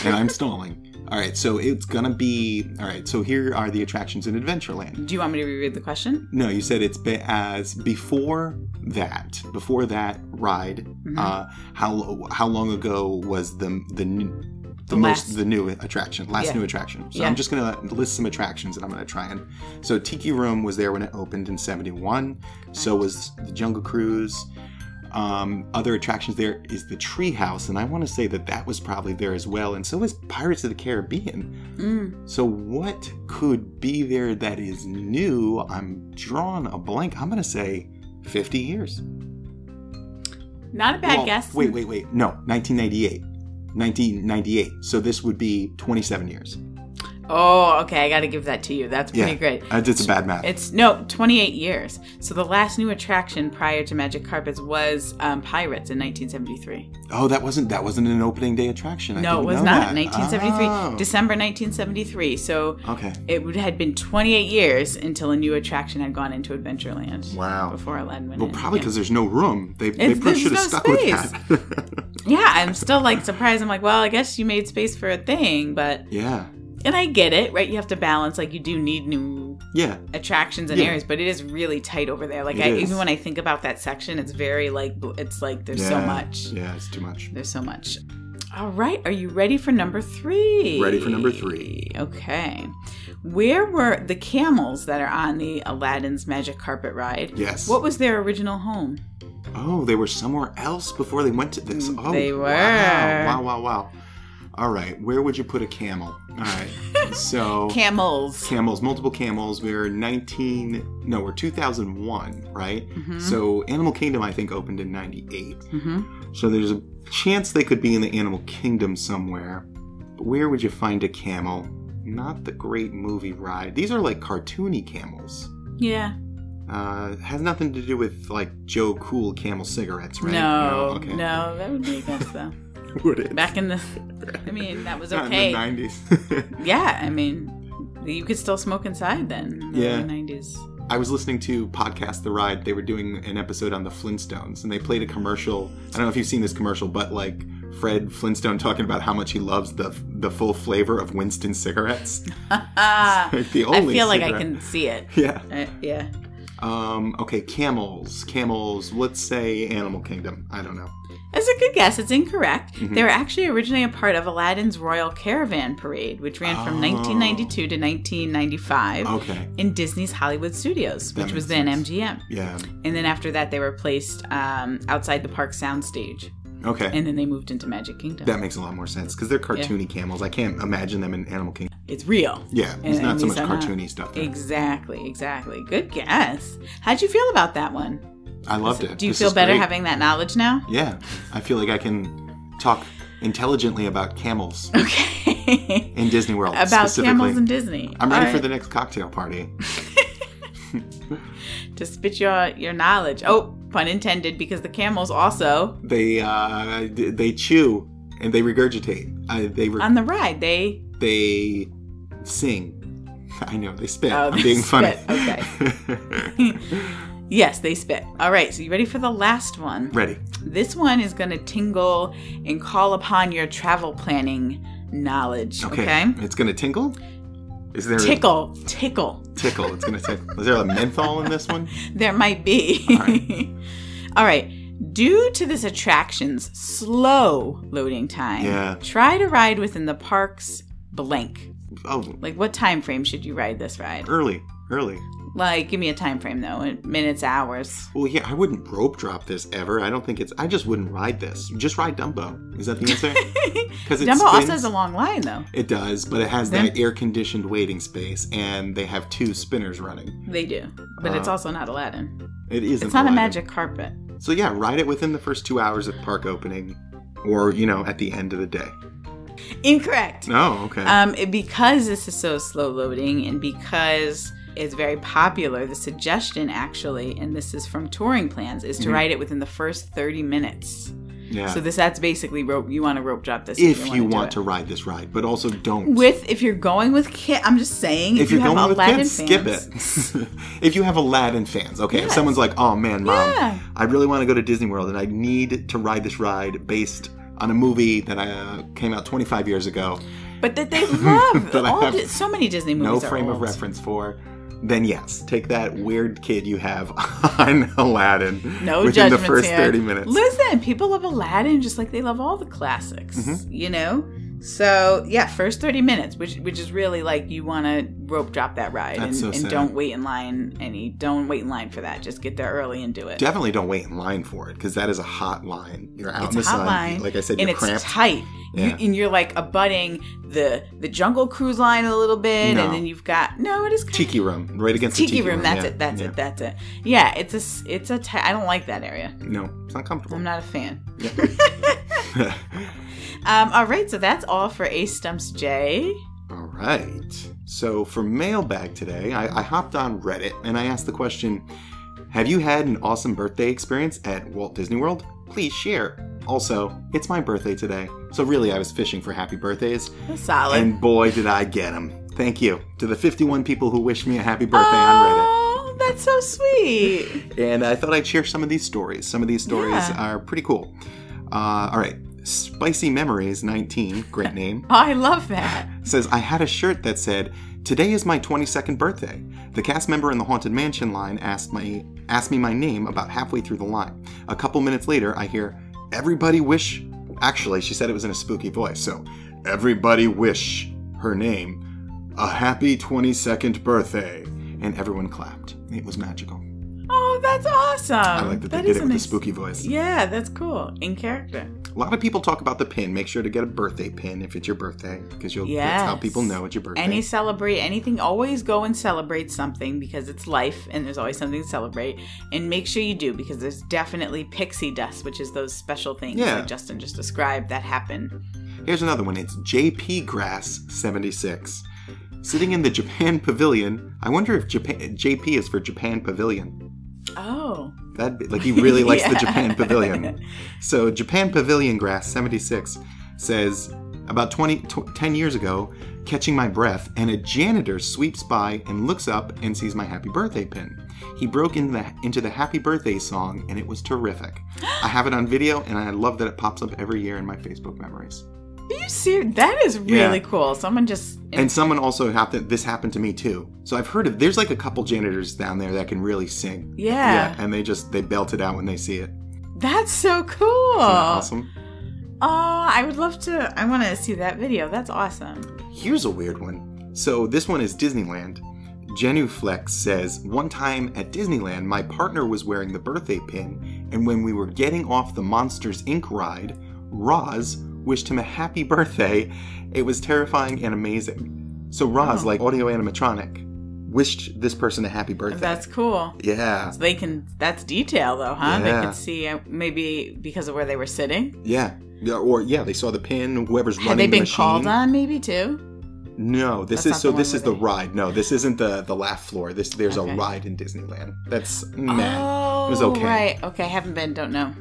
S2: and I'm stalling. All right, so it's gonna be all right. So here are the attractions in Adventureland.
S1: Do you want me to reread the question?
S2: No, you said it's be- as before that. Before that ride,
S1: Mm-hmm.
S2: uh, how how long ago was the the new, the,
S1: The
S2: most
S1: last-
S2: the new attraction, last
S1: Yeah.
S2: new attraction? So
S1: Yeah.
S2: I'm just gonna list some attractions, and I'm gonna try and. So Tiki Room was there when it opened in '71. So was the Jungle Cruise. Um, other attractions there is the Treehouse, and I want to say that that was probably there as well, and so is Pirates of the Caribbean.
S1: Mm.
S2: So, what could be there that is new? I'm drawn a blank. I'm going to say 50 years.
S1: Not a bad
S2: Well,
S1: guess.
S2: Wait, wait, wait. No, 1998. 1998. So, this would be 27 years.
S1: Oh, okay. I got to give that to you. That's pretty
S2: Yeah.
S1: great.
S2: I did some Uh, bad math.
S1: It's no 28 years. So the last new attraction prior to Magic Carpets was um, Pirates in 1973.
S2: oh, that wasn't that wasn't an opening day attraction. I
S1: no, it
S2: didn't
S1: was
S2: know
S1: not.
S2: that.
S1: 1973,
S2: Oh.
S1: December 1973. So
S2: Okay.
S1: it would- had been 28 years until a new attraction had gone into Adventureland.
S2: Wow.
S1: Before Aladdin went
S2: Well,
S1: in.
S2: probably
S1: Yeah.
S2: because there's no room. They, they
S1: It's-
S2: probably
S1: there's
S2: should have
S1: no
S2: stuck with that.
S1: Yeah, I'm still like surprised. I'm like, well, I guess you made space for a thing, but
S2: yeah.
S1: and I get it, right? You have to balance. Like you do need new
S2: Yeah.
S1: attractions and
S2: Yeah.
S1: areas, but it is really tight over there. Like
S2: It
S1: I,
S2: is.
S1: even when I think about that section, it's very like bl- it's like there's so
S2: Yeah.
S1: much.
S2: Yeah, it's too much.
S1: There's so much. All right, are you ready for number three?
S2: Ready for number three.
S1: Okay. Where were the camels that are on the Aladdin's Magic Carpet ride?
S2: Yes.
S1: What was their original home?
S2: Oh, they were somewhere else before they went to this.
S1: Mm,
S2: Oh,
S1: they were.
S2: Wow, wow, wow, wow. All right, where would you put a camel? All right, so
S1: Camels.
S2: camels, multiple camels. We're 19, no, we're 2001, right?
S1: Mhm.
S2: So Animal Kingdom, I think, opened in 98.
S1: hmm
S2: So there's a chance they could be in the Animal Kingdom somewhere. But where would you find a camel? Not the great movie ride. These are like cartoony camels.
S1: Yeah.
S2: Uh, has nothing to do with like Joe Cool camel cigarettes, right? Oh,
S1: No. No, that would be a guess though.
S2: Would it?
S1: Back in the, I mean, that was
S2: Not
S1: okay.
S2: In the 90s.
S1: Yeah, I mean, you could still smoke inside then. In the
S2: Yeah.
S1: early 90s.
S2: I was listening to Podcast The Ride. They were doing an episode on the Flintstones, and they played a commercial. I don't know if you've seen this commercial, but like Fred Flintstone talking about how much he loves the the full flavor of Winston cigarettes.
S1: Ah,
S2: Like the
S1: I
S2: only
S1: feel like I
S2: cigarette.
S1: can see it.
S2: Yeah.
S1: Uh, yeah.
S2: Um, okay, camels. Camels. Let's say Animal Kingdom. I don't know.
S1: That's a good guess. It's incorrect.
S2: Mm-hmm.
S1: They were actually originally a part of Aladdin's Royal Caravan Parade, which ran from
S2: Oh.
S1: 1992 to 1995
S2: Okay.
S1: in Disney's Hollywood Studios,
S2: That
S1: which was
S2: makes
S1: then
S2: sense.
S1: MGM.
S2: Yeah.
S1: And then after that, they were placed um, outside the park soundstage.
S2: Okay.
S1: and then they moved into Magic Kingdom.
S2: that makes a lot more sense because they're cartoony camels. I can't imagine them in Animal Kingdom.
S1: it's real.
S2: Yeah, there's
S1: And-
S2: not
S1: and
S2: so
S1: these
S2: much
S1: are not.
S2: cartoony stuff there.
S1: Exactly, exactly. Good guess. How'd you feel about that one?
S2: I loved it.
S1: Do you
S2: This
S1: feel
S2: is
S1: better
S2: great.
S1: having that knowledge now?
S2: Yeah, I feel like I can talk intelligently about camels
S1: Okay.
S2: in Disney World.
S1: about
S2: specifically.
S1: camels and Disney.
S2: I'm ready
S1: All
S2: for
S1: right.
S2: the next cocktail party.
S1: to spit your your knowledge. Oh, pun intended, because the camels also
S2: They uh, d- they chew and they regurgitate. I, they re-
S1: on the ride they
S2: they sing. I know they spit.
S1: Oh,
S2: I'm
S1: they
S2: being funny.
S1: spit, yes they spit. All right, so you ready for the last one?
S2: ready.
S1: This one is gonna tingle and call upon your travel planning knowledge.
S2: Okay.
S1: Okay.
S2: It's gonna tinkle. Is there
S1: Tickle, tickle.
S2: a tickle? It's gonna tickle. Is there a menthol in this one?
S1: There might be. All right. Due to this attraction's slow loading time,
S2: Yeah.
S1: try to ride within the park's blank.
S2: Oh,
S1: Like, what time frame should you ride this ride?
S2: early, early.
S1: Like, give me a time frame though. Minutes, hours.
S2: Well, yeah, I wouldn't rope drop this ever. I don't think it's. I just wouldn't ride this. Just ride Dumbo. Is that the answer? Because
S1: Dumbo also has a long line though.
S2: It does, but it has
S1: Then-
S2: that air conditioned waiting space, and they have two spinners running.
S1: They do, but it's also not Aladdin.
S2: Uh, It isn't.
S1: It's not a
S2: Aladdin.
S1: magic carpet.
S2: So yeah, ride it within the first two hours of park opening, or you know, at the end of the day.
S1: Incorrect.
S2: Oh, okay.
S1: Um, it- because this is so slow loading and because it's very popular, the suggestion actually, and this is from touring plans, is to
S2: Mm-hmm.
S1: ride it within the first 30 minutes.
S2: yeah.
S1: So this that's basically rope. You want to rope drop this
S2: if you
S1: wanna do
S2: want
S1: it.
S2: to ride this ride, but also don't.
S1: With if you're going with kid, I'm just saying.
S2: if you're
S1: you have
S2: going with
S1: Aladdin
S2: kids,
S1: fans,
S2: skip it. if you have Aladdin fans, okay. If
S1: Yes.
S2: someone's like, "Oh man, mom,
S1: Yeah.
S2: I really want to go to Disney World, and I need to ride this ride based on a movie that uh, came out 25 years ago,
S1: But that they love.
S2: But I
S1: all
S2: have
S1: Di- so many Disney
S2: no
S1: movies. are
S2: frame of
S1: old.
S2: reference for." Then yes, take that weird kid you have on Aladdin
S1: No
S2: within the
S1: judgments
S2: first
S1: here.
S2: 30 minutes.
S1: Listen, people love Aladdin just like they love all the classics,
S2: Mm-hmm.
S1: you know. So yeah, first thirty minutes, which which is really like you want to rope drop that ride and,
S2: That's so
S1: and
S2: sad.
S1: don't wait in line. Any don't wait in line for that. Just get there early and do it.
S2: Definitely don't wait in line for it because that is a hot line. You're out
S1: It's
S2: in the
S1: a hot
S2: sun,
S1: line,
S2: like I said,
S1: and
S2: you're
S1: it's
S2: cramped.
S1: tight.
S2: Yeah.
S1: You, and you're like abutting the the Jungle Cruise line a little bit,
S2: No.
S1: and then you've got no, it is kind
S2: Tiki room, right against
S1: of, tiki,
S2: the
S1: room. That's
S2: yeah,
S1: it. That's
S2: yeah.
S1: it. That's it. Yeah, it's a s- it's a. T- I don't like that area.
S2: No, it's not comfortable.
S1: I'm not a fan. um, all right, so that's all for Ace Stumps J.
S2: All right. So for mailbag today, I, I hopped on Reddit and I asked the question Have you had an awesome birthday experience at Walt Disney World? Please share. Also, it's my birthday today. So really, I was fishing for happy birthdays.
S1: Solid.
S2: And boy, did I get them. Thank you to the 51 people who wished me a happy birthday on Reddit.
S1: oh, that's so sweet.
S2: And I thought I'd share some of these stories. Some of these stories
S1: Yeah.
S2: are pretty cool. Uh, all right. Spicy Memories 19, great name.
S1: Oh, I love that.
S2: says I had a shirt that said, "Today is my 22nd birthday." The cast member in the Haunted Mansion line asked my asked me my name about halfway through the line. A couple minutes later, I hear, "Everybody wish." Actually, she said it was in a spooky voice, so everybody wish her name a happy 22nd birthday, and everyone clapped. It was magical.
S1: Oh, that's awesome.
S2: I like that,
S1: That
S2: they did
S1: is
S2: it
S1: a
S2: with a
S1: nice-
S2: spooky voice.
S1: Yeah, that's cool. In character.
S2: A lot of people talk about the pin. Make sure to get a birthday pin if it's your birthday, because you'll that's how
S1: Yes.
S2: people know it's your birthday.
S1: Any celebrate anything, always go and celebrate something because it's life and there's always something to celebrate. And make sure you do because there's definitely pixie dust, which is those special things
S2: Yeah.
S1: that Justin just described that happen.
S2: Here's another one. It's JP Grass 76. Sitting in the Japan Pavilion. I wonder if Japan, JP is for Japan Pavilion.
S1: Oh.
S2: That like he really likes the
S1: Yeah.
S2: Japan Pavilion. So Japan Pavilion Grass 76 says about 20 tw- 10 years ago, catching my breath and a janitor sweeps by and looks up and sees my happy birthday pin. He broke into the into the happy birthday song and it was terrific. I have it on video and I love that it pops up every year in my Facebook memories.
S1: Are you serious? That is really
S2: Yeah.
S1: cool. Someone just
S2: And someone also happened. This happened to me too. So I've heard of. There's like a couple janitors down there that can really sing.
S1: Yeah.
S2: and they just they belt it out when they see it. Isn't
S1: That's so cool.
S2: that awesome.
S1: Oh, I would love to. I want to see that video. That's awesome.
S2: Here's a weird one. So this one is Disneyland. Genuflex says, One time at Disneyland, my partner was wearing the birthday pin, and when we were getting off the Monsters Inc. ride, Roz wished him a happy birthday. It was terrifying and amazing. So Roz,
S1: Oh.
S2: like audio animatronic, wished this person a happy birthday.
S1: That's cool.
S2: yeah.
S1: So they can. That's detail, though, huh? They
S2: Yeah.
S1: could see uh, maybe because of where they were sitting.
S2: Yeah. Yeah, Or yeah, they saw the pin. Whoever's running
S1: Had they
S2: the
S1: been
S2: machine.
S1: called on, maybe too?
S2: No, this
S1: That's
S2: is
S1: not
S2: so.
S1: the
S2: This
S1: one
S2: is
S1: where
S2: the
S1: they-
S2: ride. No, this isn't the the laugh floor. This there's
S1: Okay.
S2: a ride in Disneyland. That's meh.
S1: Oh,
S2: It was okay.
S1: Right. Okay. I haven't been. Don't know.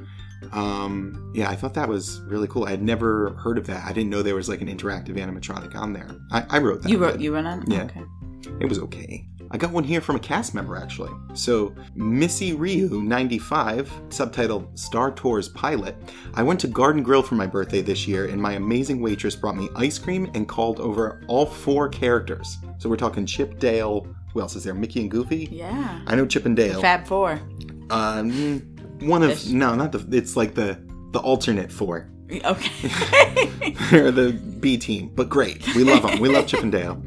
S2: Um, yeah, I thought that was really cool. I had never heard of that. I didn't know there was like an interactive animatronic on there. I, I wrote that.
S1: You wrote.
S2: but
S1: You wrote on. it?
S2: Yeah.
S1: Okay.
S2: It was okay. I got one here from a cast member actually. So Missy Ryu 95, subtitled Star Tours Pilot. I went to Garden Grill for my birthday this year, and my amazing waitress brought me ice cream and called over all four characters. So we're talking Chip Dale. Who else is there? Mickey and Goofy.
S1: Yeah.
S2: I know Chip and Dale.
S1: Fab Four.
S2: Um, one of
S1: Fish.
S2: no, not the. It's like the the alternate four.
S1: Okay.
S2: They're the B team, but great. We love them. we love Chip and Dale.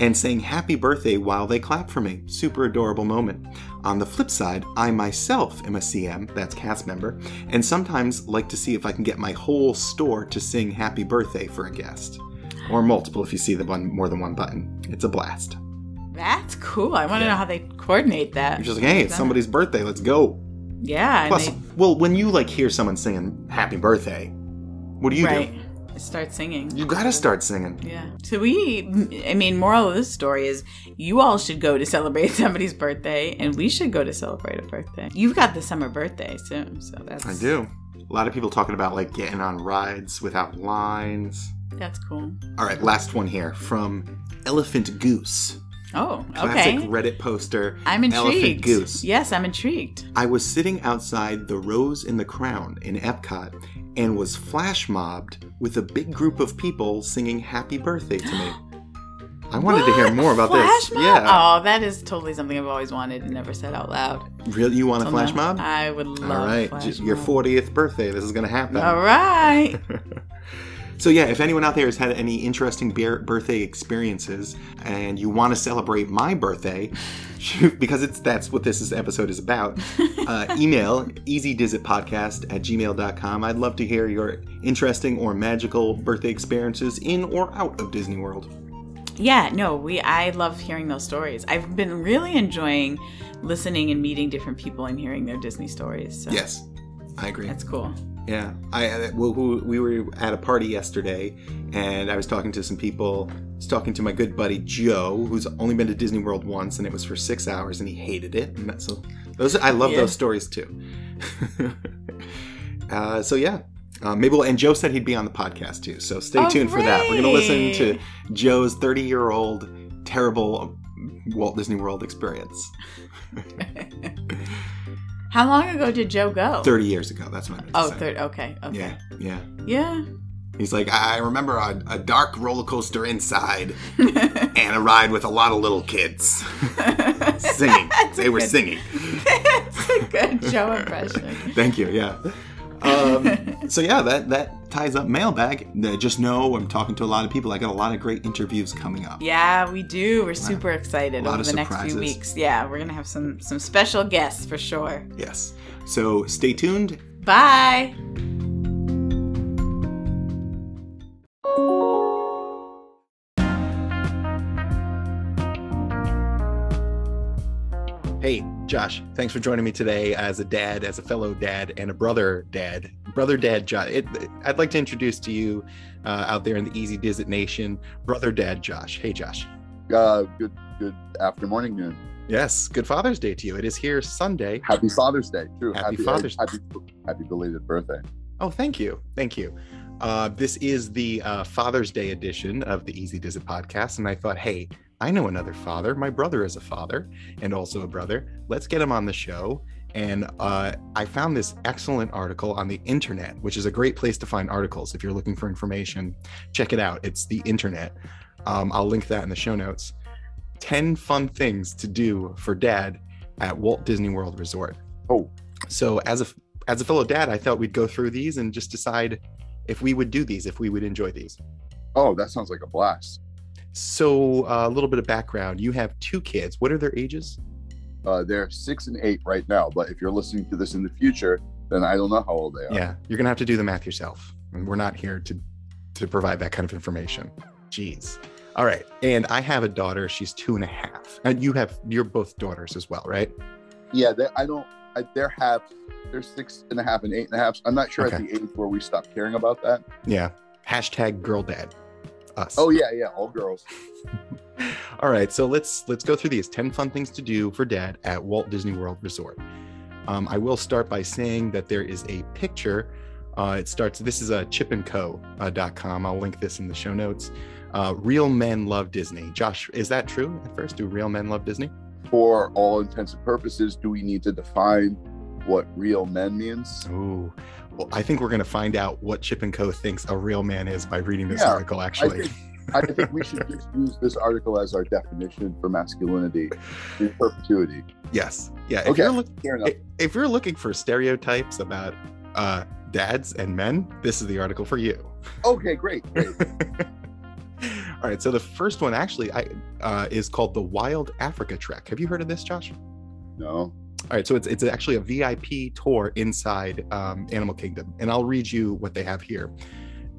S2: And saying happy birthday while they clap for me. Super adorable moment. On the flip side, I myself am a CM, that's cast member, and sometimes like to see if I can get my whole store to sing happy birthday for a guest. Or multiple if you see the one more than one button. It's a blast.
S1: That's cool. I want to know how they coordinate that.
S2: You're just like, hey, it's somebody's birthday, let's go.
S1: Yeah. and
S2: Plus,
S1: they-
S2: well, when you like hear someone singing "Happy Birthday," what do you
S1: right. Start singing.
S2: do? You gotta start singing.
S1: Yeah. So we, I mean, moral of this story is you all should go to celebrate somebody's birthday, and we should go to celebrate a birthday. You've got the summer birthday soon, so that's
S2: I do. A lot of people talking about like getting on rides without lines.
S1: That's cool.
S2: All right, last one here from Elephant Goose.
S1: Oh,
S2: Classic
S1: okay.
S2: Reddit poster.
S1: I'm intrigued.
S2: Elephant Goose.
S1: Yes, I'm intrigued.
S2: I was sitting outside the Rose in the Crown in Epcot and was flash mobbed with a big group of people singing "Happy Birthday" to me. I wanted to hear
S1: What?
S2: more about
S1: Flash
S2: this.
S1: mob?
S2: Yeah,
S1: Oh, that is totally something I've always wanted and never said out loud.
S2: really, you want a
S1: Till
S2: flash
S1: now.
S2: mob?
S1: Oh, I would love.
S2: All right,
S1: flash
S2: j- your
S1: mob.
S2: 40th birthday. This is going to happen.
S1: All right.
S2: So yeah, if anyone out there has had any interesting beer birthday experiences and you want to celebrate my birthday, shoot, because it's that's what this is, episode is about, uh, email easydizitpodcast at gmail.com. I'd love to hear your interesting or magical birthday experiences in or out of Disney World.
S1: Yeah, no, we I love hearing those stories. I've been really enjoying listening and meeting different people and hearing their Disney stories. So
S2: Yes, I agree.
S1: That's cool.
S2: Yeah, I I- well, who- we were at a party yesterday, and I was talking to some people. I was talking to my good buddy Joe, who's only been to Disney World once, and it was for six hours, and he hated it. And that- so those, I love
S1: Yeah.
S2: those stories too. uh, so yeah, uh, maybe we'll. And Joe said he'd be on the podcast too, so stay
S1: Oh,
S2: tuned for that. We're gonna listen to
S1: great.
S2: Joe's thirty-year-old terrible Walt Disney World experience.
S1: How long ago did Joe go?
S2: Thirty years ago, that's what I meant to
S1: Oh,
S2: say.
S1: third. Okay. Okay.
S2: Yeah, yeah.
S1: Yeah.
S2: He's like, I I remember a, a dark roller coaster inside and a ride with a lot of little kids singing. they were singing.
S1: That's a good Joe impression.
S2: Thank you. Yeah. Um, so yeah, that that ties up mailbag. Uh, Just know I'm talking to a lot of people. I got a lot of great interviews coming up.
S1: Yeah, we do. We're super excited
S2: Lot
S1: over
S2: of
S1: the next
S2: surprises.
S1: few weeks. Yeah, we're gonna have some some special guests for sure.
S2: Yes. So stay tuned.
S1: Bye.
S2: Hey, Josh. Thanks for joining me today as a dad, as a fellow dad, and a brother dad. Brother dad, Josh. It, I'd like to introduce to you uh, out there in the Easy Dizit Nation, brother dad, Josh. Hey, Josh.
S4: Uh, good good after morning and
S2: Yes, good Father's Day to you. It is here Sunday.
S4: happy Father's Day too.
S2: Happy Father's-
S4: happy, happy belated birthday.
S2: Oh, thank you. Thank you. Uh, this is the uh, Father's Day edition of the Easy Does It podcast. And I thought, hey, I know another father. My brother is a father and also a brother. Let's get him on the show. And uh, I found this excellent article on the internet, which is a great place to find articles. If you're looking for information, check it out. It's the internet. Um, I'll link that in the show notes. 10 fun things to do for dad at Walt Disney World Resort.
S4: Oh.
S2: So as a as a fellow dad, I thought we'd go through these and just decide if we would do these, if we would enjoy these.
S4: Oh, that sounds like a blast.
S2: So uh, a little bit of background. You have two kids. What are their ages?
S4: Uh, they're six and eight right now, but if you're listening to this in the future, then I don't know how old they are.
S2: Yeah, you're gonna have to do the math yourself. And we're not here to to provide that kind of information. Jeez. All right. And I have a daughter. She's two and a half. And you have you're both daughters as well, right?
S4: Yeah, they, I don't. I, they're half. They're six and a half and eight and a half. I'm not sure
S2: Okay.
S4: at the age where we stop caring about that.
S2: Yeah. Hashtag girl dad. Us.
S4: Oh yeah, yeah, all girls.
S2: All right, so let's let's go through these 10 fun things to do for dad at Walt Disney World Resort. Um, I will start by saying that there is a picture. Uh, it starts. This is a chipandco.com. I'll link this in the show notes. Uh, real men love Disney. Josh, is that true? At first, do real men love Disney?
S4: For all intents and purposes, do we need to define what real men means?
S2: Ooh, well, I think we're gonna find out what Chip and Co thinks a real man is by reading this
S4: Yeah,
S2: article. Actually,
S4: think- I think we should just use this article as our definition for masculinity in perpetuity.
S2: yes, yeah. If
S4: Okay.
S2: you're look-
S4: Fair enough.
S2: I- if you're looking for stereotypes about uh, dads and men, this is the article for you.
S4: Okay, great. great.
S2: All right, so the first one actually I, uh, is called the Wild Africa Trek. Have you heard of this, Josh?
S4: No.
S2: All right, so it's it's actually a VIP tour inside um, Animal Kingdom, and I'll read you what they have here.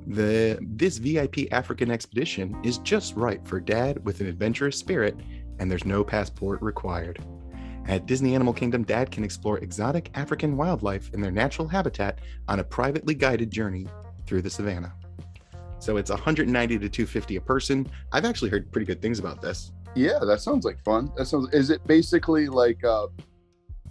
S2: The this VIP African expedition is just right for Dad with an adventurous spirit, and there's no passport required. At Disney Animal Kingdom, Dad can explore exotic African wildlife in their natural habitat on a privately guided journey through the savannah. So it's 190 to 250 a person. I've actually heard pretty good things about this.
S4: Yeah, that sounds like fun. That sounds. Is it basically like uh,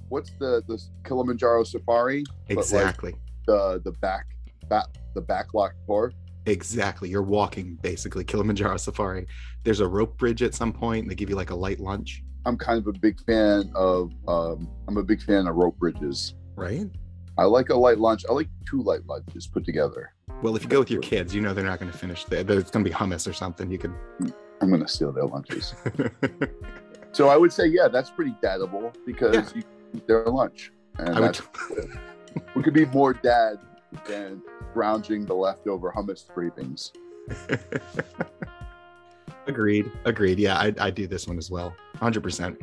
S4: what's the the Kilimanjaro Safari? like-
S2: Exactly.
S4: The the back back the backlot tour.
S2: Exactly. You're walking basically Kilimanjaro Safari. There's a rope bridge at some point. And they give you like a light lunch,
S4: I'm kind of a big fan of. Um, I'm a big fan of rope bridges.
S2: right?
S4: I like a light lunch. I like two light lunches put together.
S2: Well, if you go with your kids, you know they're not going to finish. The, there's going to be hummus or something. You
S4: I'm gonna steal their lunches.
S2: could.
S4: so I would say, yeah, that's pretty dadable because
S2: Yeah.
S4: you eat their lunch, and
S2: I would.
S4: that's we could be more dad than grounding the leftover hummus scrapings.
S2: Agreed. Agreed. Yeah, I, I do this one as well. 100%.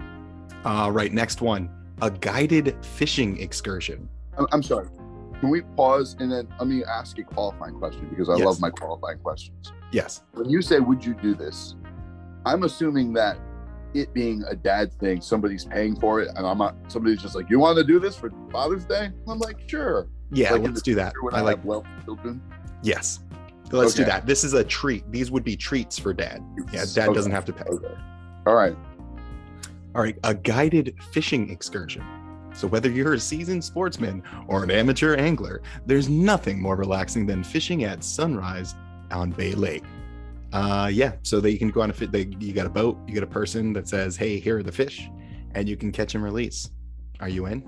S2: Uh, right. Next one a guided fishing excursion.
S4: I'm, I'm sorry. Can we pause and then let me ask a qualifying question because I
S2: Yes.
S4: love my qualifying questions.
S2: Yes.
S4: When you say, "Would you do this?" I'm assuming that it being a dad thing, somebody's paying for it, and I'm not. Somebody's just like, "You want to do this for Father's Day?" I'm like, "Sure."
S2: Yeah,
S4: Like in
S2: let's
S4: the
S2: do that.
S4: Sure, When
S2: I like,
S4: have well children.
S2: yes. Let's do
S4: Okay.
S2: that. This is a treat. These would be treats for dad. Yeah, dad
S4: Okay,
S2: doesn't have to pay.
S4: Okay. All right.
S2: All right, a guided fishing excursion. So, whether you're a seasoned sportsman or an amateur angler, there's nothing more relaxing than fishing at sunrise on Bay Lake. Uh, yeah, so that you can go on a fit. They, you got a boat, you got a person that says, "Hey, here are the fish," and you can catch and release. Are you in?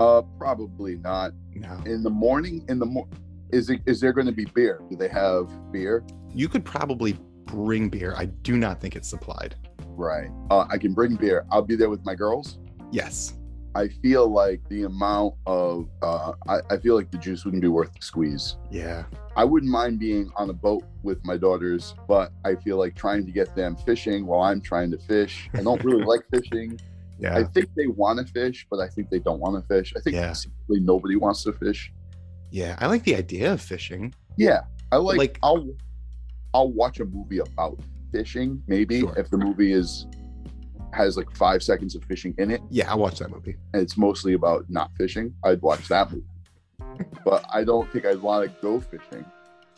S4: Uh, probably not.
S2: No.
S4: In the morning, in the mor is it is there going to be beer? Do they have beer?
S2: You could probably bring beer. I do not think it's supplied.
S4: Right. Uh, I can bring beer. I'll be there with my girls.
S2: Yes.
S4: I feel like the amount of uh, I, I feel like the juice wouldn't be worth the squeeze.
S2: Yeah.
S4: I wouldn't mind being on a boat with my daughters, but I feel like trying to get them fishing while I'm trying to fish. I don't really like fishing.
S2: Yeah.
S4: I think they want to fish, but I think they don't want to fish. I think
S2: Yeah.
S4: secretly nobody wants to fish.
S2: yeah. I like the idea of fishing.
S4: Yeah, I like,
S2: Like-
S4: I'll I'll watch a movie about fishing maybe
S2: Sure.
S4: if the movie is has like 5 seconds of fishing in it
S2: Yeah, I watched that movie.
S4: and it's mostly about not fishing, I'd watch that movie. but I don't think I'd want to go fishing.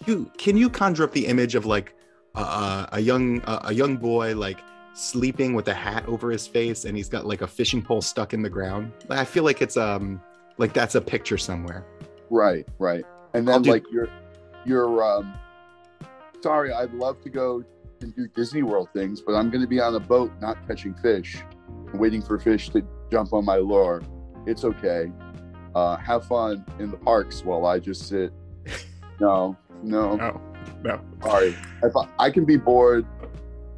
S2: you can you conjure up the image of like a- a a young a a young boy like sleeping with a hat over his face and he's got like a fishing pole stuck in the ground i feel like it's um like that's a picture somewhere
S4: Right, right. And
S2: I'll
S4: then
S2: do-
S4: like you're you're um sorry, I'd love to go and do Disney World things, but I'm going to be on a boat not catching fish, waiting for fish to jump on my lure. It's okay. Uh have fun in the parks while I just sit. No, no.
S2: no no
S4: Sorry. If I, I can be bored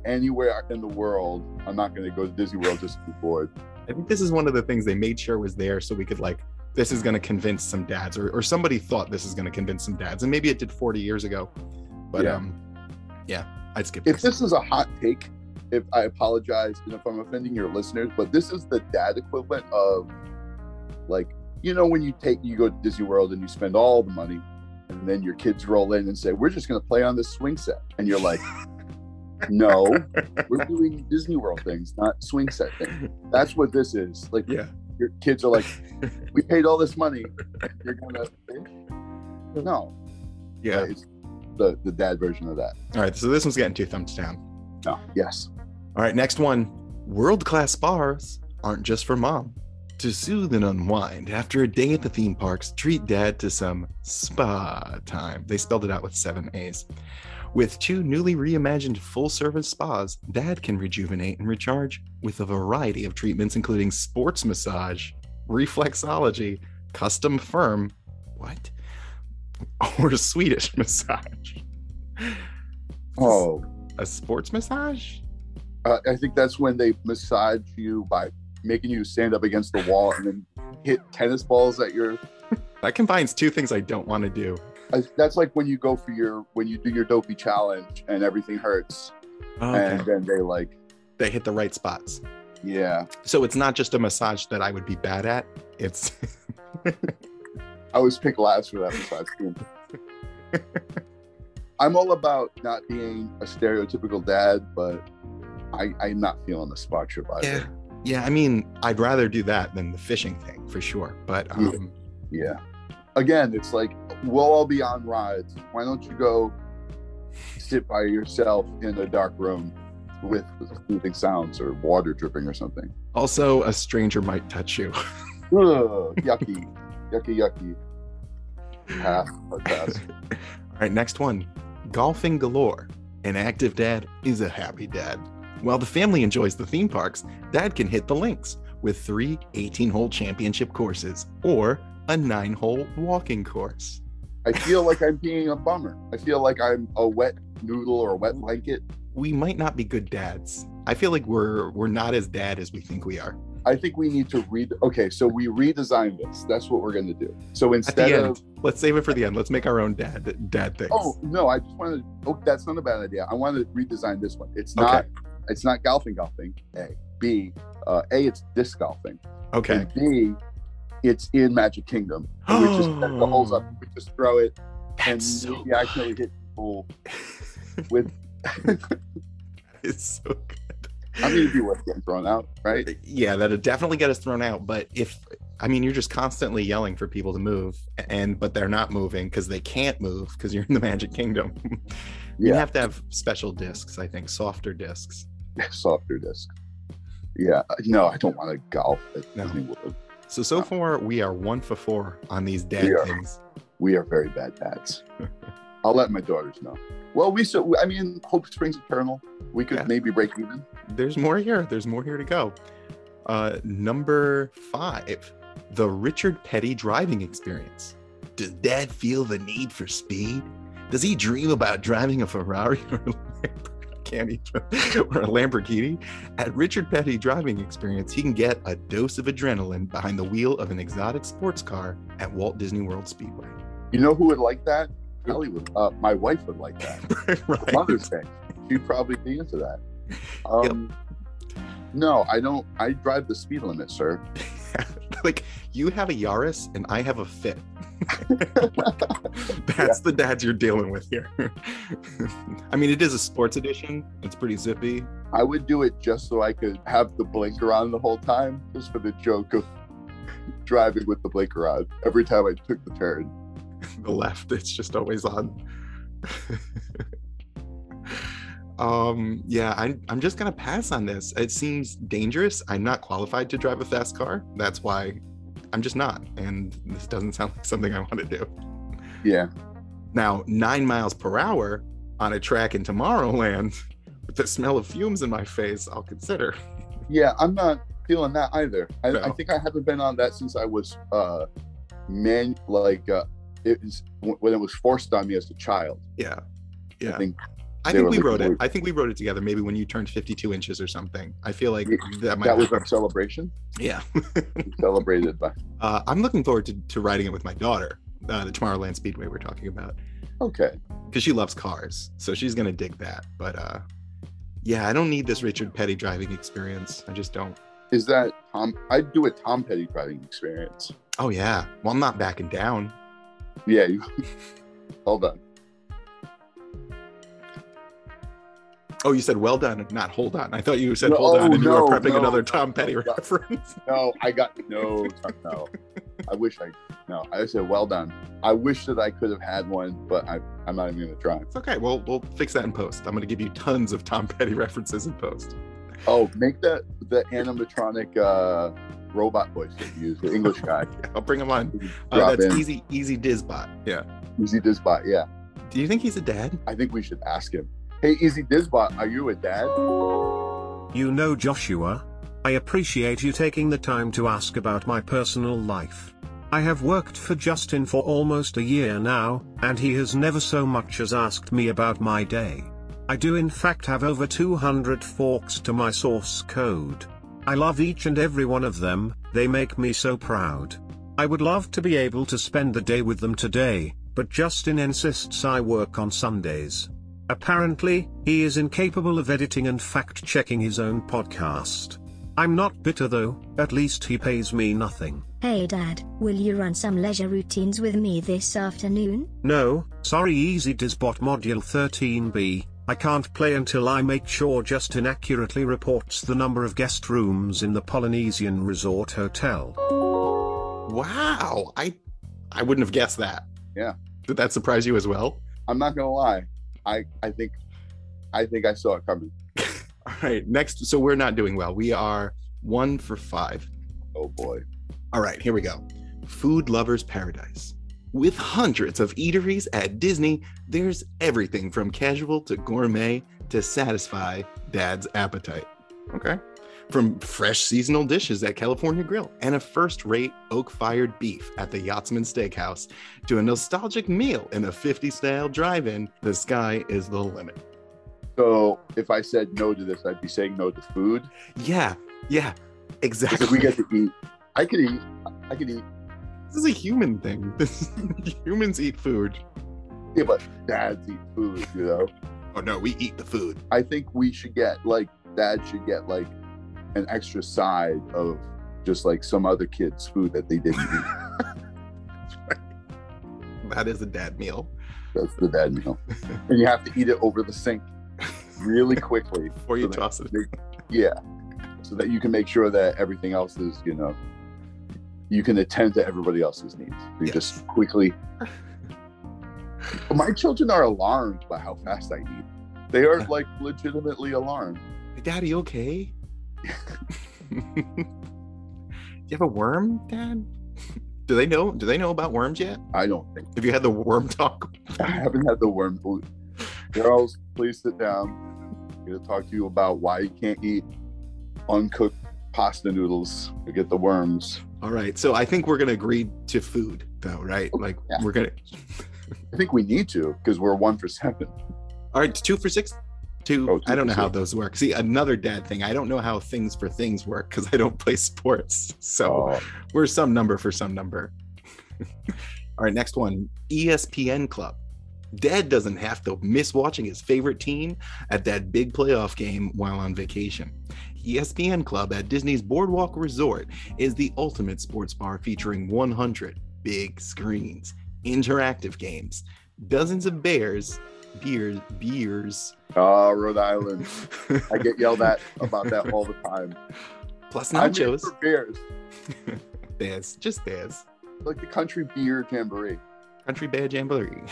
S4: anywhere in the world, I'm not going to go to Disney World just to be bored.
S2: i think this is one of the things they made sure was there so we could like this is going to convince some dads or, or somebody thought this is going to convince some dads and maybe it did 40 years ago but
S4: Yeah.
S2: um yeah I'd skip
S4: If
S2: this.
S4: this is a hot take, if I apologize and if I'm offending your listeners, but this is the dad equivalent of like, you know, when you take you go to Disney World and you spend all the money and then your kids roll in and say, We're just gonna play on this swing set. And you're like, No, we're doing Disney World things, not swing set things. That's what this is. Like
S2: yeah.
S4: your kids are like, We paid all this money, you're gonna No.
S2: Yeah.
S4: It's the, the dad version of that.
S2: All right. So this one's getting two thumbs down.
S4: No. Yes.
S2: All right, next one. World class bars aren't just for mom. To soothe and unwind after a day at the theme parks, treat dad to some spa time. They spelled it out with seven A's. With two newly reimagined full service spas, dad can rejuvenate and recharge with a variety of treatments, including sports massage, reflexology, custom firm, what? Or Swedish massage.
S4: Oh,
S2: A sports massage?
S4: uh, I think that's when they massage you by making you stand up against the wall and then hit tennis balls at your.
S2: That combines two things I don't want to do.
S4: I, that's like when you go for your when you do your dopey challenge and everything hurts, and then they like,
S2: They hit the right spots.
S4: yeah.
S2: So it's not just a massage that I would be bad at. It's
S4: I always pick last for that massage team. I'm all about not being a stereotypical dad, but I, I'm not feeling the spot trip either.
S2: yeah. I mean, I'd rather do that than the fishing thing for sure. But
S4: Yeah.
S2: um,
S4: Yeah. Again, it's like we'll all be on rides. Why don't you go sit by yourself in a dark room with soothing sounds or water dripping or something?
S2: also, a stranger might touch you.
S4: Ugh, yucky, yucky, yucky. Pass, hard pass.
S2: All right, next one. Golfing galore. An active dad is a happy dad. While the family enjoys the theme parks, dad can hit the links with three 18 hole championship courses or a nine hole walking course.
S4: I feel like I'm being a bummer. I feel like I'm a wet noodle or a wet blanket.
S2: We might not be good dads. I feel like we're we're not as dad as we think we are.
S4: I think we need to read. Okay, so we redesigned this. That's what we're going to do. So
S2: At
S4: instead
S2: the
S4: of
S2: end, let's save it for the end. Let's make our own dad dad things.
S4: Oh no, I just wanted. Oh, that's not a bad idea. I want to redesign this one. It's not. It's not golfing. Golfing. A. B. Uh, a. It's disc golfing.
S2: okay.
S4: And B. It's in Magic Kingdom. And we just set the holes up. We just throw it, and
S2: That's so
S4: we actually hit people. With
S2: it's so good.
S4: I mean, it'd be worth getting thrown out, right?
S2: yeah, that'd definitely get us thrown out. But if I mean, you're just constantly yelling for people to move, and but they're not moving because they can't move because you're in the Magic Kingdom. you
S4: Yeah.
S2: have to have special discs, I think, softer discs.
S4: Softer disc. Yeah. uh, No, I don't want to golf at
S2: No.
S4: Disney World.
S2: So so far we are one for four on these dad
S4: We are.
S2: things.
S4: We are very bad dads. I'll let my daughters know. Well, we so I mean, hope springs eternal. We could
S2: Yeah.
S4: maybe break even.
S2: There's more here. There's more here to go. Uh, number five, the Richard Petty driving experience. Does Dad feel the need for speed? Does he dream about driving a Ferrari or a Lamborghini? I can't even- or a Lamborghini? At Richard Petty Driving Experience, he can get a dose of adrenaline behind the wheel of an exotic sports car at Walt Disney World Speedway.
S4: You know who would like that? Kelly would. Uh, my wife would like that.
S2: right.
S4: Mother's Day. She'd probably be into that. Um, No, I don't. I drive the speed limit, sir.
S2: like you have a Yaris and I have a Fit. That's the dads you're dealing with here. I mean, it is a sports edition. It's pretty zippy.
S4: I would do it just so I could have the blinker on the whole time, just for the joke of driving with the blinker on every time I took the turn.
S2: The left, it's just always on. um, yeah, I'm, I'm just gonna pass on this. It seems dangerous. I'm not qualified to drive a fast car. That's why I'm just not. And this doesn't sound like something I want to do.
S4: Yeah.
S2: Now, nine miles per hour on a track in Tomorrowland with the smell of fumes in my face, I'll consider.
S4: Yeah, I'm not feeling that either. I,
S2: No.
S4: I think I haven't been on that since I was uh man like uh it was when it was forced on me as a child.
S2: Yeah. Yeah.
S4: I think
S2: I
S4: they
S2: think
S4: were
S2: we
S4: looking
S2: wrote it.
S4: forward-
S2: I think we wrote it together maybe when you turned 52 inches or something. I feel like
S4: Yeah,
S2: that might
S4: that was
S2: happen.
S4: our celebration.
S2: Yeah.
S4: We celebrated by
S2: Uh, I'm looking forward to, to riding it with my daughter. uh, the Tomorrowland Speedway we're talking about
S4: Okay.
S2: because she loves cars, so she's gonna dig that. But uh, yeah, I don't need this Richard Petty driving experience. I just don't.
S4: Is that Tom? I'd do a Tom Petty driving experience.
S2: Oh yeah, well I'm not backing down.
S4: Yeah. You, hold on.
S2: Oh, you said well done, not hold on. I thought you said
S4: No,
S2: hold on, and you
S4: no,
S2: were prepping
S4: no.
S2: another Tom Petty
S4: Yeah.
S2: reference.
S4: No, I got no. No, I wish I. No, I said well done. I wish that I could have had one, but I, I'm not even gonna try.
S2: It's okay. Well, we'll fix that in post. I'm gonna give you tons of Tom Petty references in post.
S4: Oh, make that the animatronic uh, robot voice that you use, the English guy.
S2: I'll bring him on. Uh,
S4: Drop
S2: that's
S4: in.
S2: easy, easy Dizbot. Yeah.
S4: Easy Dizbot. Yeah,
S2: Do you think he's a dad?
S4: I think we should ask him. Hey, Easy Dizbot, are you a dad?
S3: You know, Joshua, I appreciate you taking the time to ask about my personal life. I have worked for Justin for almost a year now, and he has never so much as asked me about my day. I do, in fact, have over 200 forks to my source code. I love each and every one of them, they make me so proud. I would love to be able to spend the day with them today, but Justin insists I work on Sundays. Apparently, he is incapable of editing and fact checking his own podcast. I'm not bitter though, at least he pays me nothing.
S5: Hey Dad, will you run some leisure routines with me this afternoon?
S3: No, sorry, Easy Disbot Module 13b. I can't play until I make sure Justin accurately reports the number of guest rooms in the Polynesian Resort Hotel.
S2: Wow. I, I wouldn't have guessed that.
S4: Yeah.
S2: Did that surprise you as well?
S4: I'm not gonna lie. I I think I think I saw it coming.
S2: All right, next. So we're not doing well. We are one for five.
S4: Oh boy.
S2: All right, here we go. Food Lovers Paradise. With hundreds of eateries at Disney, there's everything from casual to gourmet to satisfy dad's appetite. Okay. From fresh seasonal dishes at California Grill and a first rate oak fired beef at the Yachtsman Steakhouse to a nostalgic meal in a 50 style drive in, the sky is the limit.
S4: So if I said no to this, I'd be saying no to food.
S2: Yeah, yeah, exactly.
S4: Because we get to eat. I could eat. I could eat.
S2: This is a human thing. This humans eat food.
S4: Yeah, but dads eat food. You know.
S2: Oh no, we eat the food.
S4: I think we should get like dad should get like an extra side of just like some other kid's food that they didn't eat.
S2: That is a dad meal.
S4: That's the dad meal, and you have to eat it over the sink really quickly.
S2: Before you
S4: So that-
S2: toss it.
S4: Yeah, so that you can make sure that everything else is you know you can attend to everybody else's needs. You
S2: Yes.
S4: just quickly. My children are alarmed by how fast I eat. They are like legitimately alarmed.
S2: Daddy, okay? you have a worm, Dad? Do they know? Do they know about worms yet?
S4: I don't think
S2: Have you had the worm talk?
S4: I haven't had the worm boot. Girls, please sit down. I'm gonna talk to you about why you can't eat uncooked pasta noodles. You get the worms.
S2: All right. So I think we're gonna agree to food, though, right? Like
S4: Yeah.
S2: we're gonna.
S4: I think we need to because we're one for seven.
S2: All right, two for six. Two.
S4: Oh, two
S2: I don't
S4: for
S2: know how
S4: six.
S2: those work. See, another dad thing. I don't know how things for things work because I don't play sports. So.
S4: Oh,
S2: we're some number for some number. All right, next one E ESPN Club. Dad doesn't have to miss watching his favorite team at that big playoff game while on vacation. E ESPN Club at Disney's Boardwalk Resort is the ultimate sports bar featuring 100 big screens, interactive games, dozens of bears, beers, beers.
S4: Ah, Rhode Island. I get yelled at about that all the time.
S2: Plus
S4: I'm here
S2: nachos.
S4: for beers,
S2: Bears, just bears.
S4: like the country beer jamboree.
S2: Country Bear Jamboree.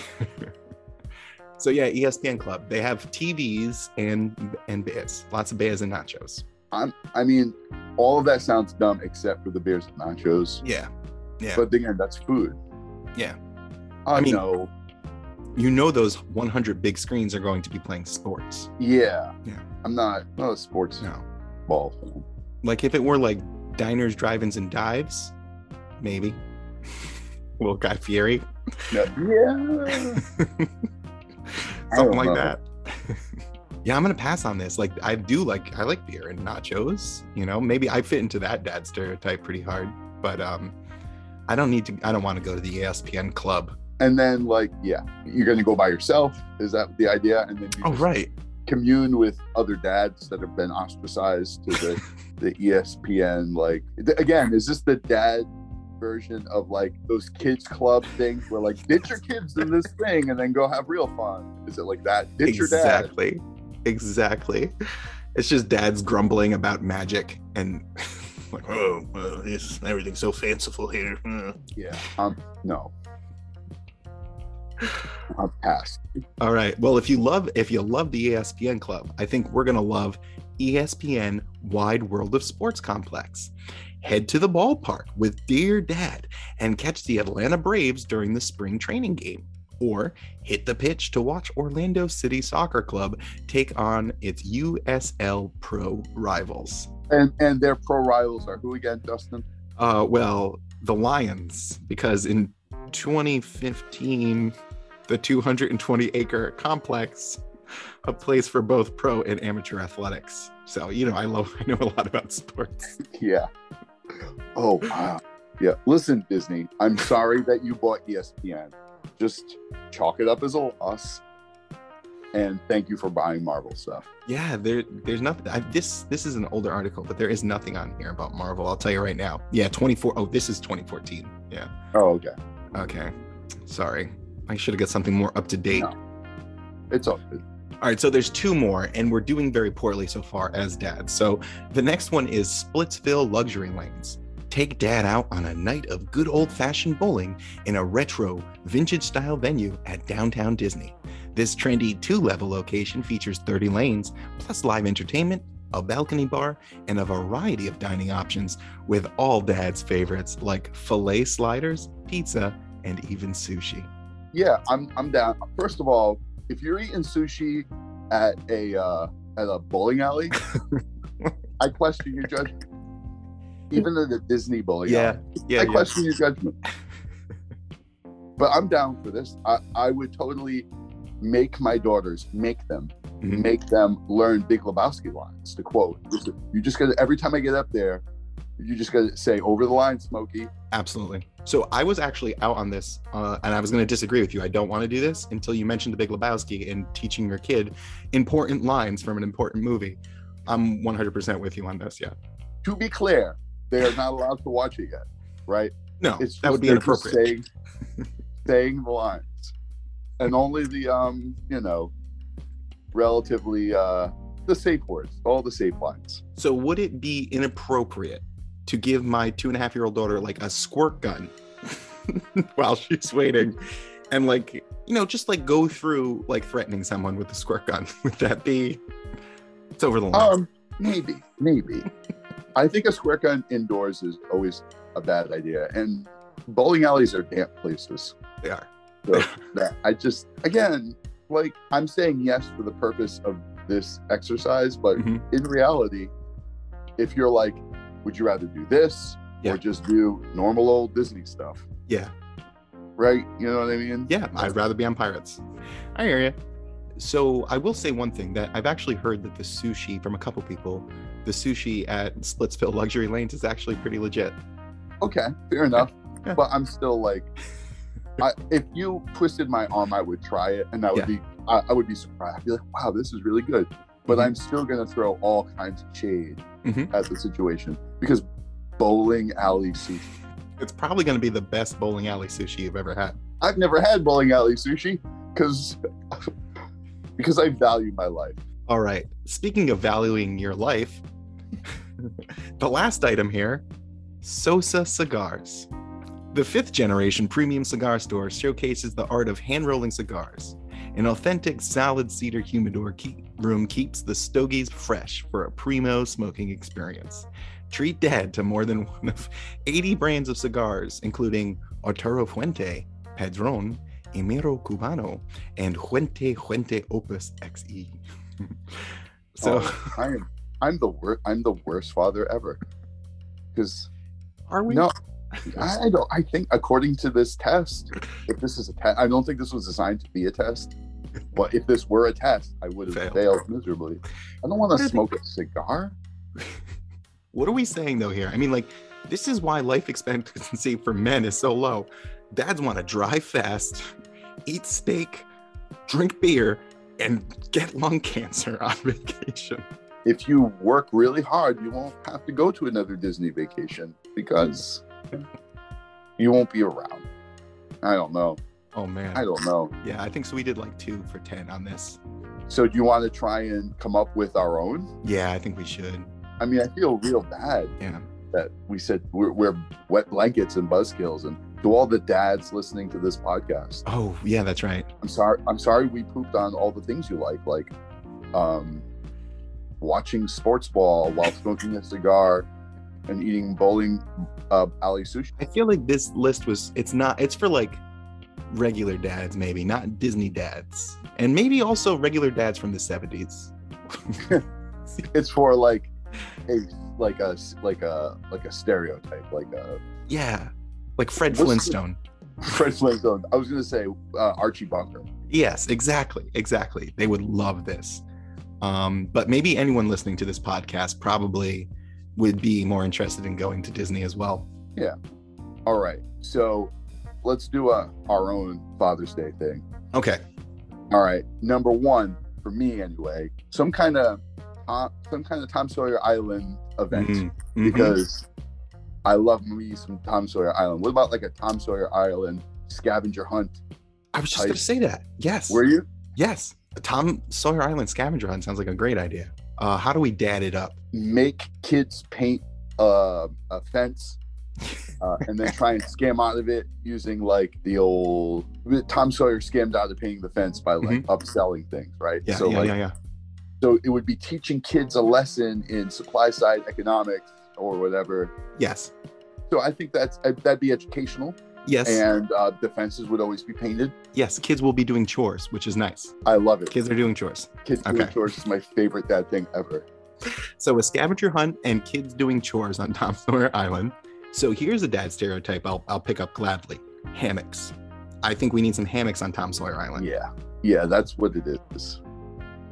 S2: so yeah, E ESPN Club. They have TVs and and bears, lots of bears and nachos.
S4: I'm. I mean, all of that sounds dumb except for the beers and nachos.
S2: Yeah, Yeah.
S4: But again, that's food.
S2: Yeah.
S4: Oh,
S2: I mean-
S4: no.
S2: you know those 100 big screens are going to be playing sports.
S4: Yeah.
S2: Yeah.
S4: I'm not. Not a sports
S2: No,
S4: ball fan.
S2: like if it were like diners, drive-ins, and dives, maybe. Little Guy Fieri,
S4: No, yeah.
S2: something
S4: don't
S2: like
S4: know.
S2: that. yeah, I'm gonna pass on this. Like I do like I like beer and nachos. You know, maybe I fit into that dad stereotype pretty hard, but um, I don't need to. I don't want to go to the E ESPN club.
S4: And then, like, yeah, you're going to go by yourself. Is that the idea? And then you
S2: Oh
S4: just
S2: right.
S4: commune with other dads that have been ostracized to the, the E ESPN. Like, th- again, is this the dad version of like those kids club things where like ditch your kids in this thing and then go have real fun? Is it like that? Ditch your dad.
S2: exactly. Exactly. It's just dad's grumbling about magic and like, oh, well, this, everything's so fanciful here. Uh.
S4: Yeah. Um. No. I'm past.
S2: All right. Well, if you love if you love the E ESPN Club, I think we're gonna love E ESPN Wide World of Sports Complex. Head to the ballpark with Dear Dad and catch the Atlanta Braves during the spring training game. Or hit the pitch to watch Orlando City Soccer Club take on its USL Pro rivals.
S4: And and their pro rivals are who again, Dustin?
S2: Uh, well, the Lions, because in 2015, the 220 acre complex, a place for both pro and amateur athletics. So, you know, I love, I know a lot about sports.
S4: Yeah. Oh wow. Yeah. Listen, Disney, I'm sorry that you bought E ESPN. Just chalk it up as a loss. And thank you for buying Marvel stuff.
S2: Yeah, there, there's nothing. I, this, this is an older article, but there is nothing on here about Marvel. I'll tell you right now. Yeah, 24. Oh, this is 2014. Yeah.
S4: Oh, okay.
S2: Okay. Sorry. I should have got something more up to date.
S4: No. It's all good.
S2: All right, so there's two more, and we're doing very poorly so far as dads. So the next one is Splitsville Luxury Lanes. Take dad out on a night of good old fashioned bowling in a retro, vintage style venue at downtown Disney. This trendy two level location features 30 lanes, plus live entertainment, a balcony bar, and a variety of dining options with all dad's favorites like filet sliders, pizza, and even sushi.
S4: Yeah, I'm I'm down. First of all, if you're eating sushi at a uh, at a bowling alley, I question your judgment. Even at the Disney bowling alley.
S2: Oh, yeah,
S4: I question your judgment. but I'm down for this. I, I would totally make my daughters make them
S2: Mhm.
S4: make them learn Big Lebowski lines. To quote, you just got to every time I get up there, you just got to say over the line, Smokey.
S2: Absolutely. So I was actually out on this, uh, and I was going to disagree with you. I don't want to do this until you mentioned The Big Lebowski and teaching your kid important lines from an important movie. I'm 100% with you on this. Yeah.
S4: To be clear, they are not allowed to watch it yet, right?
S2: No,
S4: It's
S2: that
S4: just-
S2: would be
S4: they're just
S2: inappropriate.
S4: Saying, saying the lines, and only the um, you know, relatively uh, the safe words, all the safe lines.
S2: So would it be inappropriate to give my two and a half year old daughter like a squirt gun while she's waiting, and like you know just like go through like threatening someone with a squirt gun? would that be? It's over the line.
S4: Um, maybe, maybe. I think a square gun indoors is always a bad idea, and bowling alleys are damp places.
S2: they are.
S4: So that I just, again, like I'm saying yes for the purpose of this exercise, but
S2: Mhm.
S4: in reality, if you're like, would you rather do this
S2: Yeah.
S4: or just do normal old Disney stuff,
S2: Yeah.
S4: right? You know what I mean?
S2: Yeah, I'd rather be on Pirates. I hear you. So I will say one thing that I've actually heard that the sushi from a couple people, the sushi at Splitsville Luxury Lanes is actually pretty legit.
S4: Okay, fair enough.
S2: Yeah.
S4: But I'm still like, I, if you twisted my arm, I would try it, and I would be, I, I would be surprised. I'd be like, wow, this is really good. But
S2: Mhm.
S4: I'm still gonna throw all kinds of shade
S2: Mhm.
S4: at the situation because bowling alley sushi.
S2: It's probably going to be the best bowling alley sushi you've ever had.
S4: I've never had bowling alley sushi because because I value my life.
S2: All right. Speaking of valuing your life, the last item here Sosa Cigars. The fifth generation premium cigar store showcases the art of hand rolling cigars. An authentic solid cedar humidor keep room keeps the stogies fresh for a primo smoking experience. Treat dad to more than one of 80 brands of cigars, including Arturo Fuente, Padron, Emiro Cubano, and Fuente Fuente Opus XE. so,
S4: Oh, I am I'm the worst I'm the worst father ever because
S2: are we?
S4: no. I I don't. I think according to this test, if this is a test, I don't think this was designed to be a test. But if this were a test, I would have
S2: Failed.
S4: failed, miserably. I don't want
S2: What
S4: to
S2: are
S4: smoke a cigar.
S2: What are we saying though here? I mean, like, This is why life expectancy for men is so low. Dads want to drive fast, eat steak, drink beer, and get lung cancer on vacation.
S4: If you work really hard, you won't have to go to another Disney vacation because you won't be around. I don't know.
S2: Oh man.
S4: I don't know.
S2: yeah, I think so. We did like two for 10 on this.
S4: So, do you want to try and come up with our own?
S2: Yeah, I think we should.
S4: I mean, I feel real bad
S2: Yeah.
S4: that we said we're, we're wet blankets and buzzkills. And to all the dads listening to this podcast,
S2: Oh, yeah, that's right.
S4: I'm sorry. I'm sorry we pooped on all the things you like, like um, watching sports ball while smoking a cigar and eating bowling uh, alley sushi.
S2: I feel like this list was it's not it's for like regular dads maybe, not Disney dads. And maybe also regular dads from the 70s.
S4: It's for like a like a like a like a stereotype, like a
S2: Yeah. Like Fred
S4: What's the-
S2: Flintstone.
S4: Fred Flintstone. I was gonna say uh, Archie Bunker.
S2: Yes, exactly. Exactly. They would love this. Um, but maybe anyone listening to this podcast probably would be more interested in going to Disney as well.
S4: All right, so let's do a our own Father's Day thing.
S2: Okay.
S4: All right, number one for me anyway, some kind of uh, some kind of Tom Sawyer Island event.
S2: Mhm. Mhm.
S4: because I love me some Tom Sawyer Island. What about like a Tom Sawyer Island scavenger hunt?
S2: I was just going to say that. Yes.
S4: Were you?
S2: Yes. Tom Sawyer Island scavenger hunt sounds like a great idea. Uh, how do we dad it up?
S4: Make kids paint uh, a fence uh, and then try and scam out of it using like the old Tom Sawyer scammed out of painting the fence by like upselling things, right?
S2: Mm-hmm. Yeah,
S4: so
S2: yeah,
S4: like
S2: yeah, yeah.
S4: so it would be teaching kids a lesson in supply side economics or whatever.
S2: Yes.
S4: So I think that's that'd be educational,
S2: Yes.
S4: and uh, the fences would always be painted.
S2: yes. Kids will be doing chores, which is nice.
S4: I love it.
S2: Kids are doing chores.
S4: Kids doing
S2: Okay.
S4: chores is my favorite dad thing ever.
S2: So a scavenger hunt and kids doing chores on Tom Sawyer Island. So here's a dad stereotype I'll, I'll pick up gladly hammocks. I think we need some hammocks on Tom Sawyer Island. Mm-hmm.
S4: Yeah, yeah, that's what it is.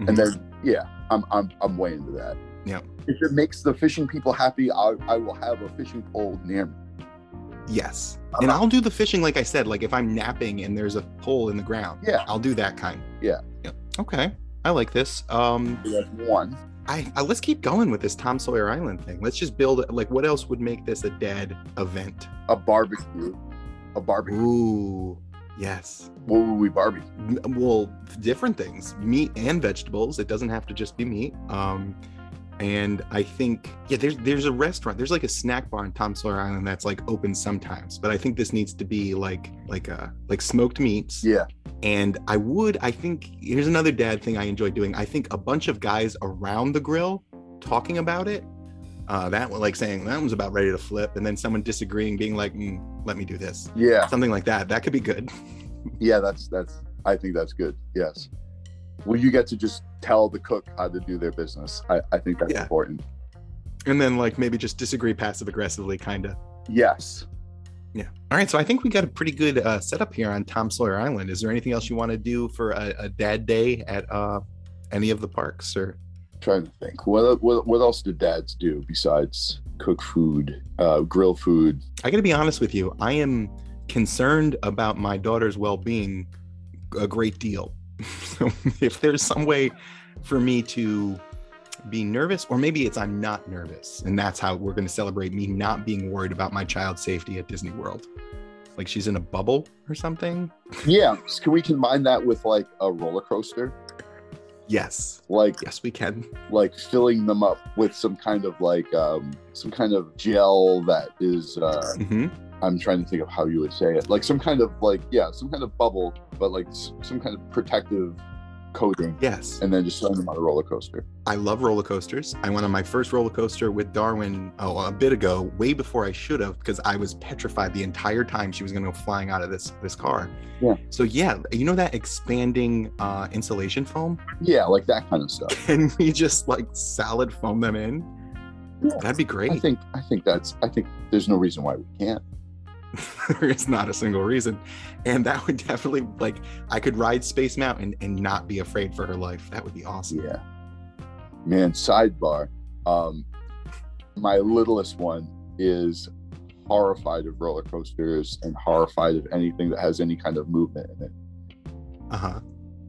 S4: And then yeah, I'm I'm I'm way into that.
S2: Yeah.
S4: If it makes the fishing people happy, I I will have a fishing pole near me.
S2: yes.
S4: Uh-huh.
S2: And I'll do the fishing, like I said, like if I'm napping and there's a pole in the ground.
S4: Yeah.
S2: I'll do that kind.
S4: Yeah.
S2: Okay. I like this. Um,
S4: So That's one.
S2: I, I let's keep going with this Tom Sawyer Island thing. Let's just build like what else would make this a dad event?
S4: A barbecue. A barbecue.
S2: Ooh, yes.
S4: What would we barbecue?
S2: M- Well, different things, meat and vegetables. It doesn't have to just be meat. Um, and I think yeah, there's there's a restaurant. There's like a snack bar in Tom Sawyer Island that's like open sometimes. But I think this needs to be like like uh like smoked meats.
S4: Yeah.
S2: And I would, I think, here's another dad thing I enjoy doing. I think a bunch of guys around the grill talking about it. Uh, that one, like saying that one's about ready to flip, and then someone disagreeing, being like, "Mm, "Let me do this,"
S4: Yeah.
S2: something like that. That could be good.
S4: Yeah. That's that's. I think that's good. Yes. Well, you get to just tell the cook how to do their business. I, I think that's
S2: Yeah.
S4: important.
S2: And then like maybe just disagree passive aggressively, kind of.
S4: Yes.
S2: Yeah. All right. So I think we got a pretty good uh, setup here on Tom Sawyer Island. Is there anything else you want to do for a, a dad day at uh, any of the parks or?
S4: trying to think. What what what else do dads do besides cook food, uh, grill food?
S2: I got to be honest with you. I am concerned about my daughter's well-being a great deal. so if there's some way for me to be nervous or maybe it's I'm not nervous and that's how we're going to celebrate me not being worried about my child's safety at Disney World. Like she's in a bubble or something.
S4: Yeah, s- can we combine that with like a roller coaster,
S2: Yes.
S4: like
S2: Yes, we can.
S4: like filling them up with some kind of like um, some kind of gel that is? Uh,
S2: Mhm.
S4: I'm trying to think of how you would say it, like some kind of like yeah, some kind of bubble, but like s- some kind of protective coating,
S2: Yes.
S4: and then just throwing them on a roller coaster.
S2: I love roller coasters. I went on my first roller coaster with Darwin oh, a bit ago, way before I should have, because I was petrified the entire time she was going to go flying out of this this car.
S4: Yeah.
S2: So yeah, you know that expanding uh, insulation foam?
S4: Yeah, like that kind of stuff.
S2: Can we just like solid foam them in?
S4: Yeah.
S2: That'd be great.
S4: I think I think that's I think there's no reason why we can't.
S2: there is not a single reason, and that would definitely like I could ride Space Mountain and not be afraid for her life. That would be awesome.
S4: Yeah. Man, sidebar. Um, my littlest one is horrified of roller coasters and horrified of anything that has any kind of movement in it.
S2: Uh huh.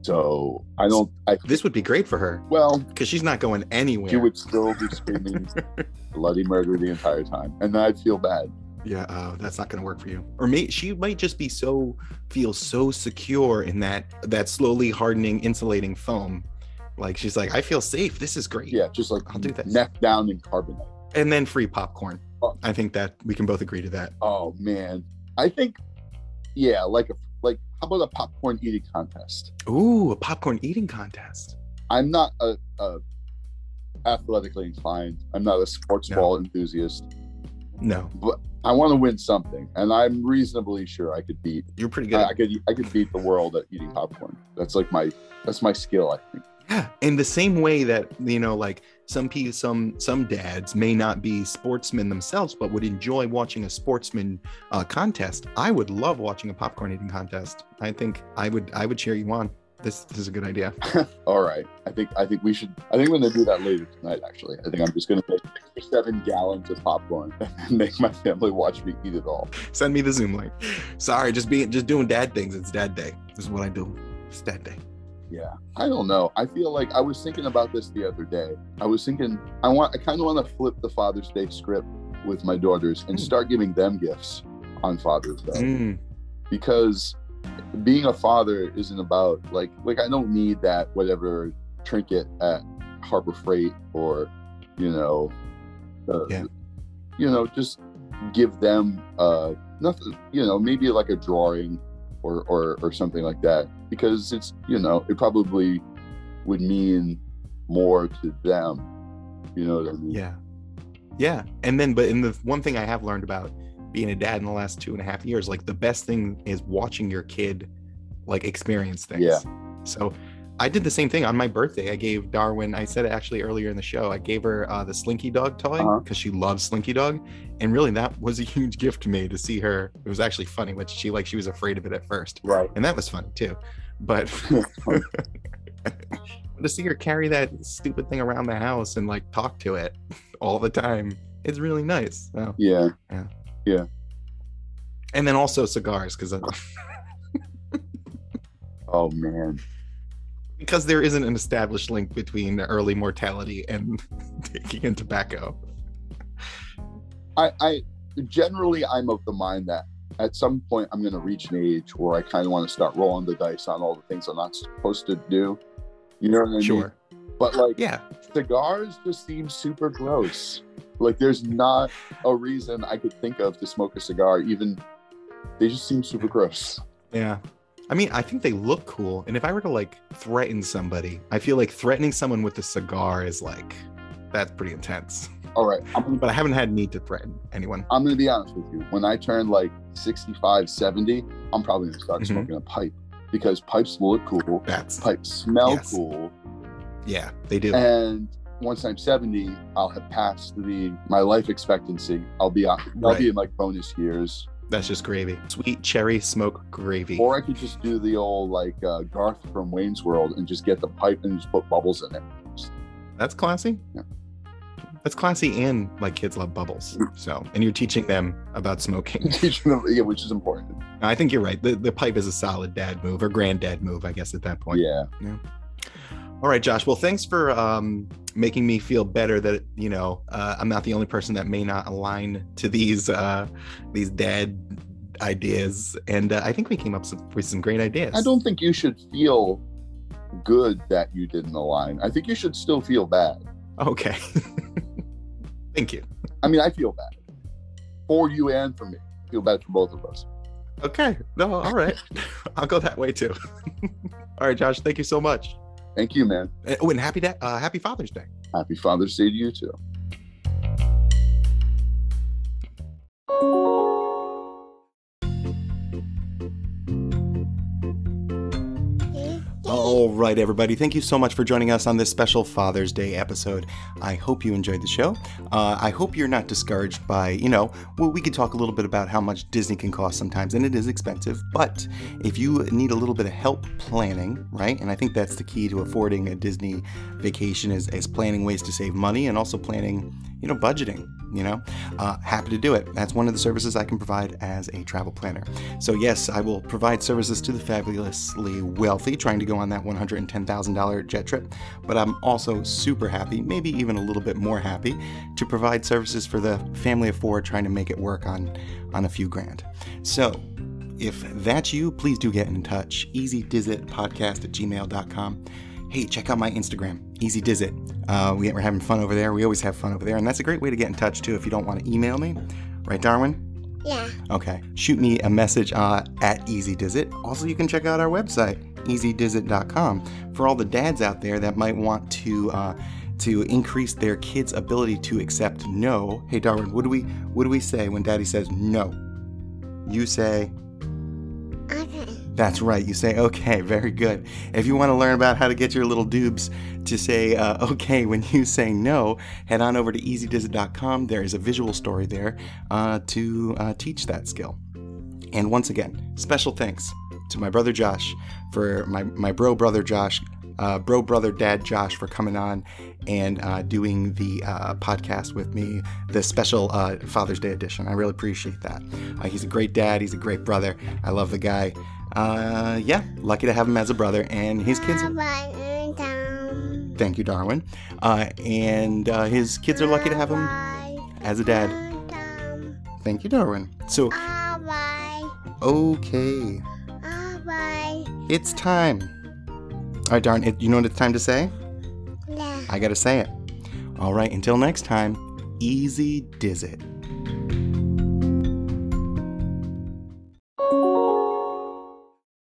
S4: So I don't. I
S2: This would be great for her
S4: well,
S2: because she's not going anywhere.
S4: you would still be screaming bloody murder the entire time, and then I'd feel bad.
S2: yeah, uh, that's not going to work for you. Or may, she might just be so feel so secure in that that slowly hardening insulating foam. Like she's like, I feel safe. This is great.
S4: Yeah, just like
S2: I'll do this.
S4: neck down in carbonite.
S2: And then free popcorn.
S4: Oh.
S2: I think that we can both agree to that.
S4: Oh man, I think yeah, like a like how about a popcorn eating contest?
S2: Ooh, a popcorn eating contest.
S4: I'm not a, a athletically inclined. I'm not a sports
S2: No.
S4: ball enthusiast.
S2: No,
S4: I want to win something, and I'm reasonably sure I could beat.
S2: you're pretty good.
S4: I,
S2: at
S4: I could I could beat the world at eating popcorn. That's like my that's my skill. I think.
S2: Yeah, in the same way that you know, like some people, some some dads may not be sportsmen themselves, but would enjoy watching a sportsman uh, contest. I would love watching a popcorn eating contest. I think I would I would cheer you on. This this is a good idea.
S4: All right, I think I think we should. I think we're gonna do that later tonight. Actually, I think I'm just gonna make six or seven gallons of popcorn and make my family watch me eat it all.
S2: Send me the Zoom link. Sorry, just being just doing dad things. It's dad day. This is what I do. It's dad day.
S4: Yeah, I don't know. I feel like I was thinking about this the other day. I was thinking I want I kind of want to flip the Father's Day script with my daughters and
S2: Hmm.
S4: start giving them gifts on Father's Day.
S2: Mm,
S4: because being a father isn't about like like I don't need that whatever trinket at Harbor Freight or you know uh,
S2: Yeah.
S4: you know just give them uh nothing you know maybe like a drawing or or or something like that because it's you know it probably would mean more to them you know what I mean
S2: yeah, yeah. And then, but in the one thing I have learned about being a dad in the last two and a half years, like the best thing is watching your kid like experience things.
S4: Yeah.
S2: So I did the same thing on my birthday. I gave Darwin, I said it actually earlier in the show, I gave her uh, the Slinky Dog toy because
S4: Uh-huh.
S2: she loves Slinky Dog. And really, that was a huge gift to me to see her. It was actually funny, which she like, she was afraid of it at first.
S4: right
S2: And that was funny too. But to see her carry that stupid thing around the house and like talk to it all the time, it's really nice. So.
S4: yeah
S2: And then also cigars uh, because
S4: oh man
S2: because there isn't an established link between early mortality and taking in tobacco.
S4: I, I generally I'm of the mind that at some point I'm going to reach an age where I kind of want to start rolling the dice on all the things I'm not supposed to do. You know what I mean?
S2: Sure.
S4: But like
S2: Yeah.
S4: cigars just seem super gross. Like there's not a reason I could think of to smoke a cigar. Even they just seem super gross.
S2: Yeah. I mean, I think they look cool. And if I were to like threaten somebody, I feel like threatening someone with a cigar is like, that's pretty intense.
S4: All right, I'm,
S2: But I haven't had need to threaten anyone.
S4: I'm going to be honest with you. When I turn like 65, 70, I'm probably going to start
S2: Mhm.
S4: smoking a pipe because pipes look cool.
S2: That's,
S4: Pipes smell
S2: Yes.
S4: cool.
S2: yeah, they do.
S4: and once I'm 70, I'll have passed the my life expectancy. I'll be on, I'll
S2: Right.
S4: be in like bonus years,
S2: That's just gravy. Sweet cherry smoke gravy.
S4: or I could just do the old like uh, Garth from Wayne's World and just get the pipe and just put bubbles in it.
S2: That's classy.
S4: Yeah.
S2: That's classy. And like kids love bubbles. So, and you're teaching them about smoking.
S4: Teaching them, yeah, which is important.
S2: I think you're right. The, the pipe is a solid dad move or granddad move, I guess, at that point.
S4: Yeah,
S2: All right, Josh. Well, thanks for um, making me feel better that you know uh, I'm not the only person that may not align to these uh, these dad ideas, and uh, I think we came up some, with some great ideas.
S4: I don't think you should feel good that you didn't align. I think you should still feel bad.
S2: Okay. Thank you.
S4: I mean, I feel bad for you and for me. I feel bad for both of us.
S2: Okay. No. All right. I'll go that way too. all right, Josh. Thank you so much.
S4: Thank you, man.
S2: And- Oh, and happy da- uh, happy Father's Day.
S4: Happy Father's Day to you too.
S2: All All right, everybody. Thank you so much for joining us on this special Father's Day episode. I hope you enjoyed the show. Uh, I hope you're not discouraged by, you know, well, we could talk a little bit about how much Disney can cost sometimes, and it is expensive. But if you need a little bit of help planning, right, and I think that's the key to affording a Disney vacation is, is planning ways to save money and also planning, you know, budgeting. You know, uh, happy to do it. That's one of the services I can provide as a travel planner. So, yes, I will provide services to the fabulously wealthy trying to go on that $110,000 jet trip, but I'm also super happy, maybe even a little bit more happy, to provide services for the family of four trying to make it work on, on a few grand. So, if that's you, please do get in touch. EasyDizitPodcast at gmail.com. Hey, check out my Instagram, EasyDizit. Uh, we, we're having fun over there. We always have fun over there. And that's a great way to get in touch, too, if you don't want to email me. Right, Darwin?
S6: Yeah.
S2: Okay. Shoot me a message uh, at EasyDizit. Also, you can check out our website, easydizit.com, for all the dads out there that might want to uh, to increase their kids' ability to accept no. Hey, Darwin, what do we what do we say when Daddy says no? You say
S6: Okay.
S2: that's right. You say okay. Very good. If you want to learn about how to get your little dupes to say uh, okay when you say no, head on over to easydizit.com. There is a visual story there uh, to uh, teach that skill. And once again, special thanks to my brother Josh for my, my bro brother Josh, uh, bro brother dad Josh for coming on and uh, doing the uh, podcast with me, the special uh, Father's Day edition. I really appreciate that. Uh, he's a great dad, he's a great brother. I love the guy. Uh, yeah, lucky to have him as a brother, and his kids.
S6: How about you, Tom?
S2: Thank you, Darwin. Uh, and uh, his kids are lucky to have him as a dad.
S6: Tom.
S2: Thank you, Darwin. So,
S6: Bye bye.
S2: okay,
S6: Bye bye.
S2: it's time. All right, Darwin, it, you know what it's time to say?
S6: Yeah.
S2: I gotta say it. All right, until next time, easy diz it.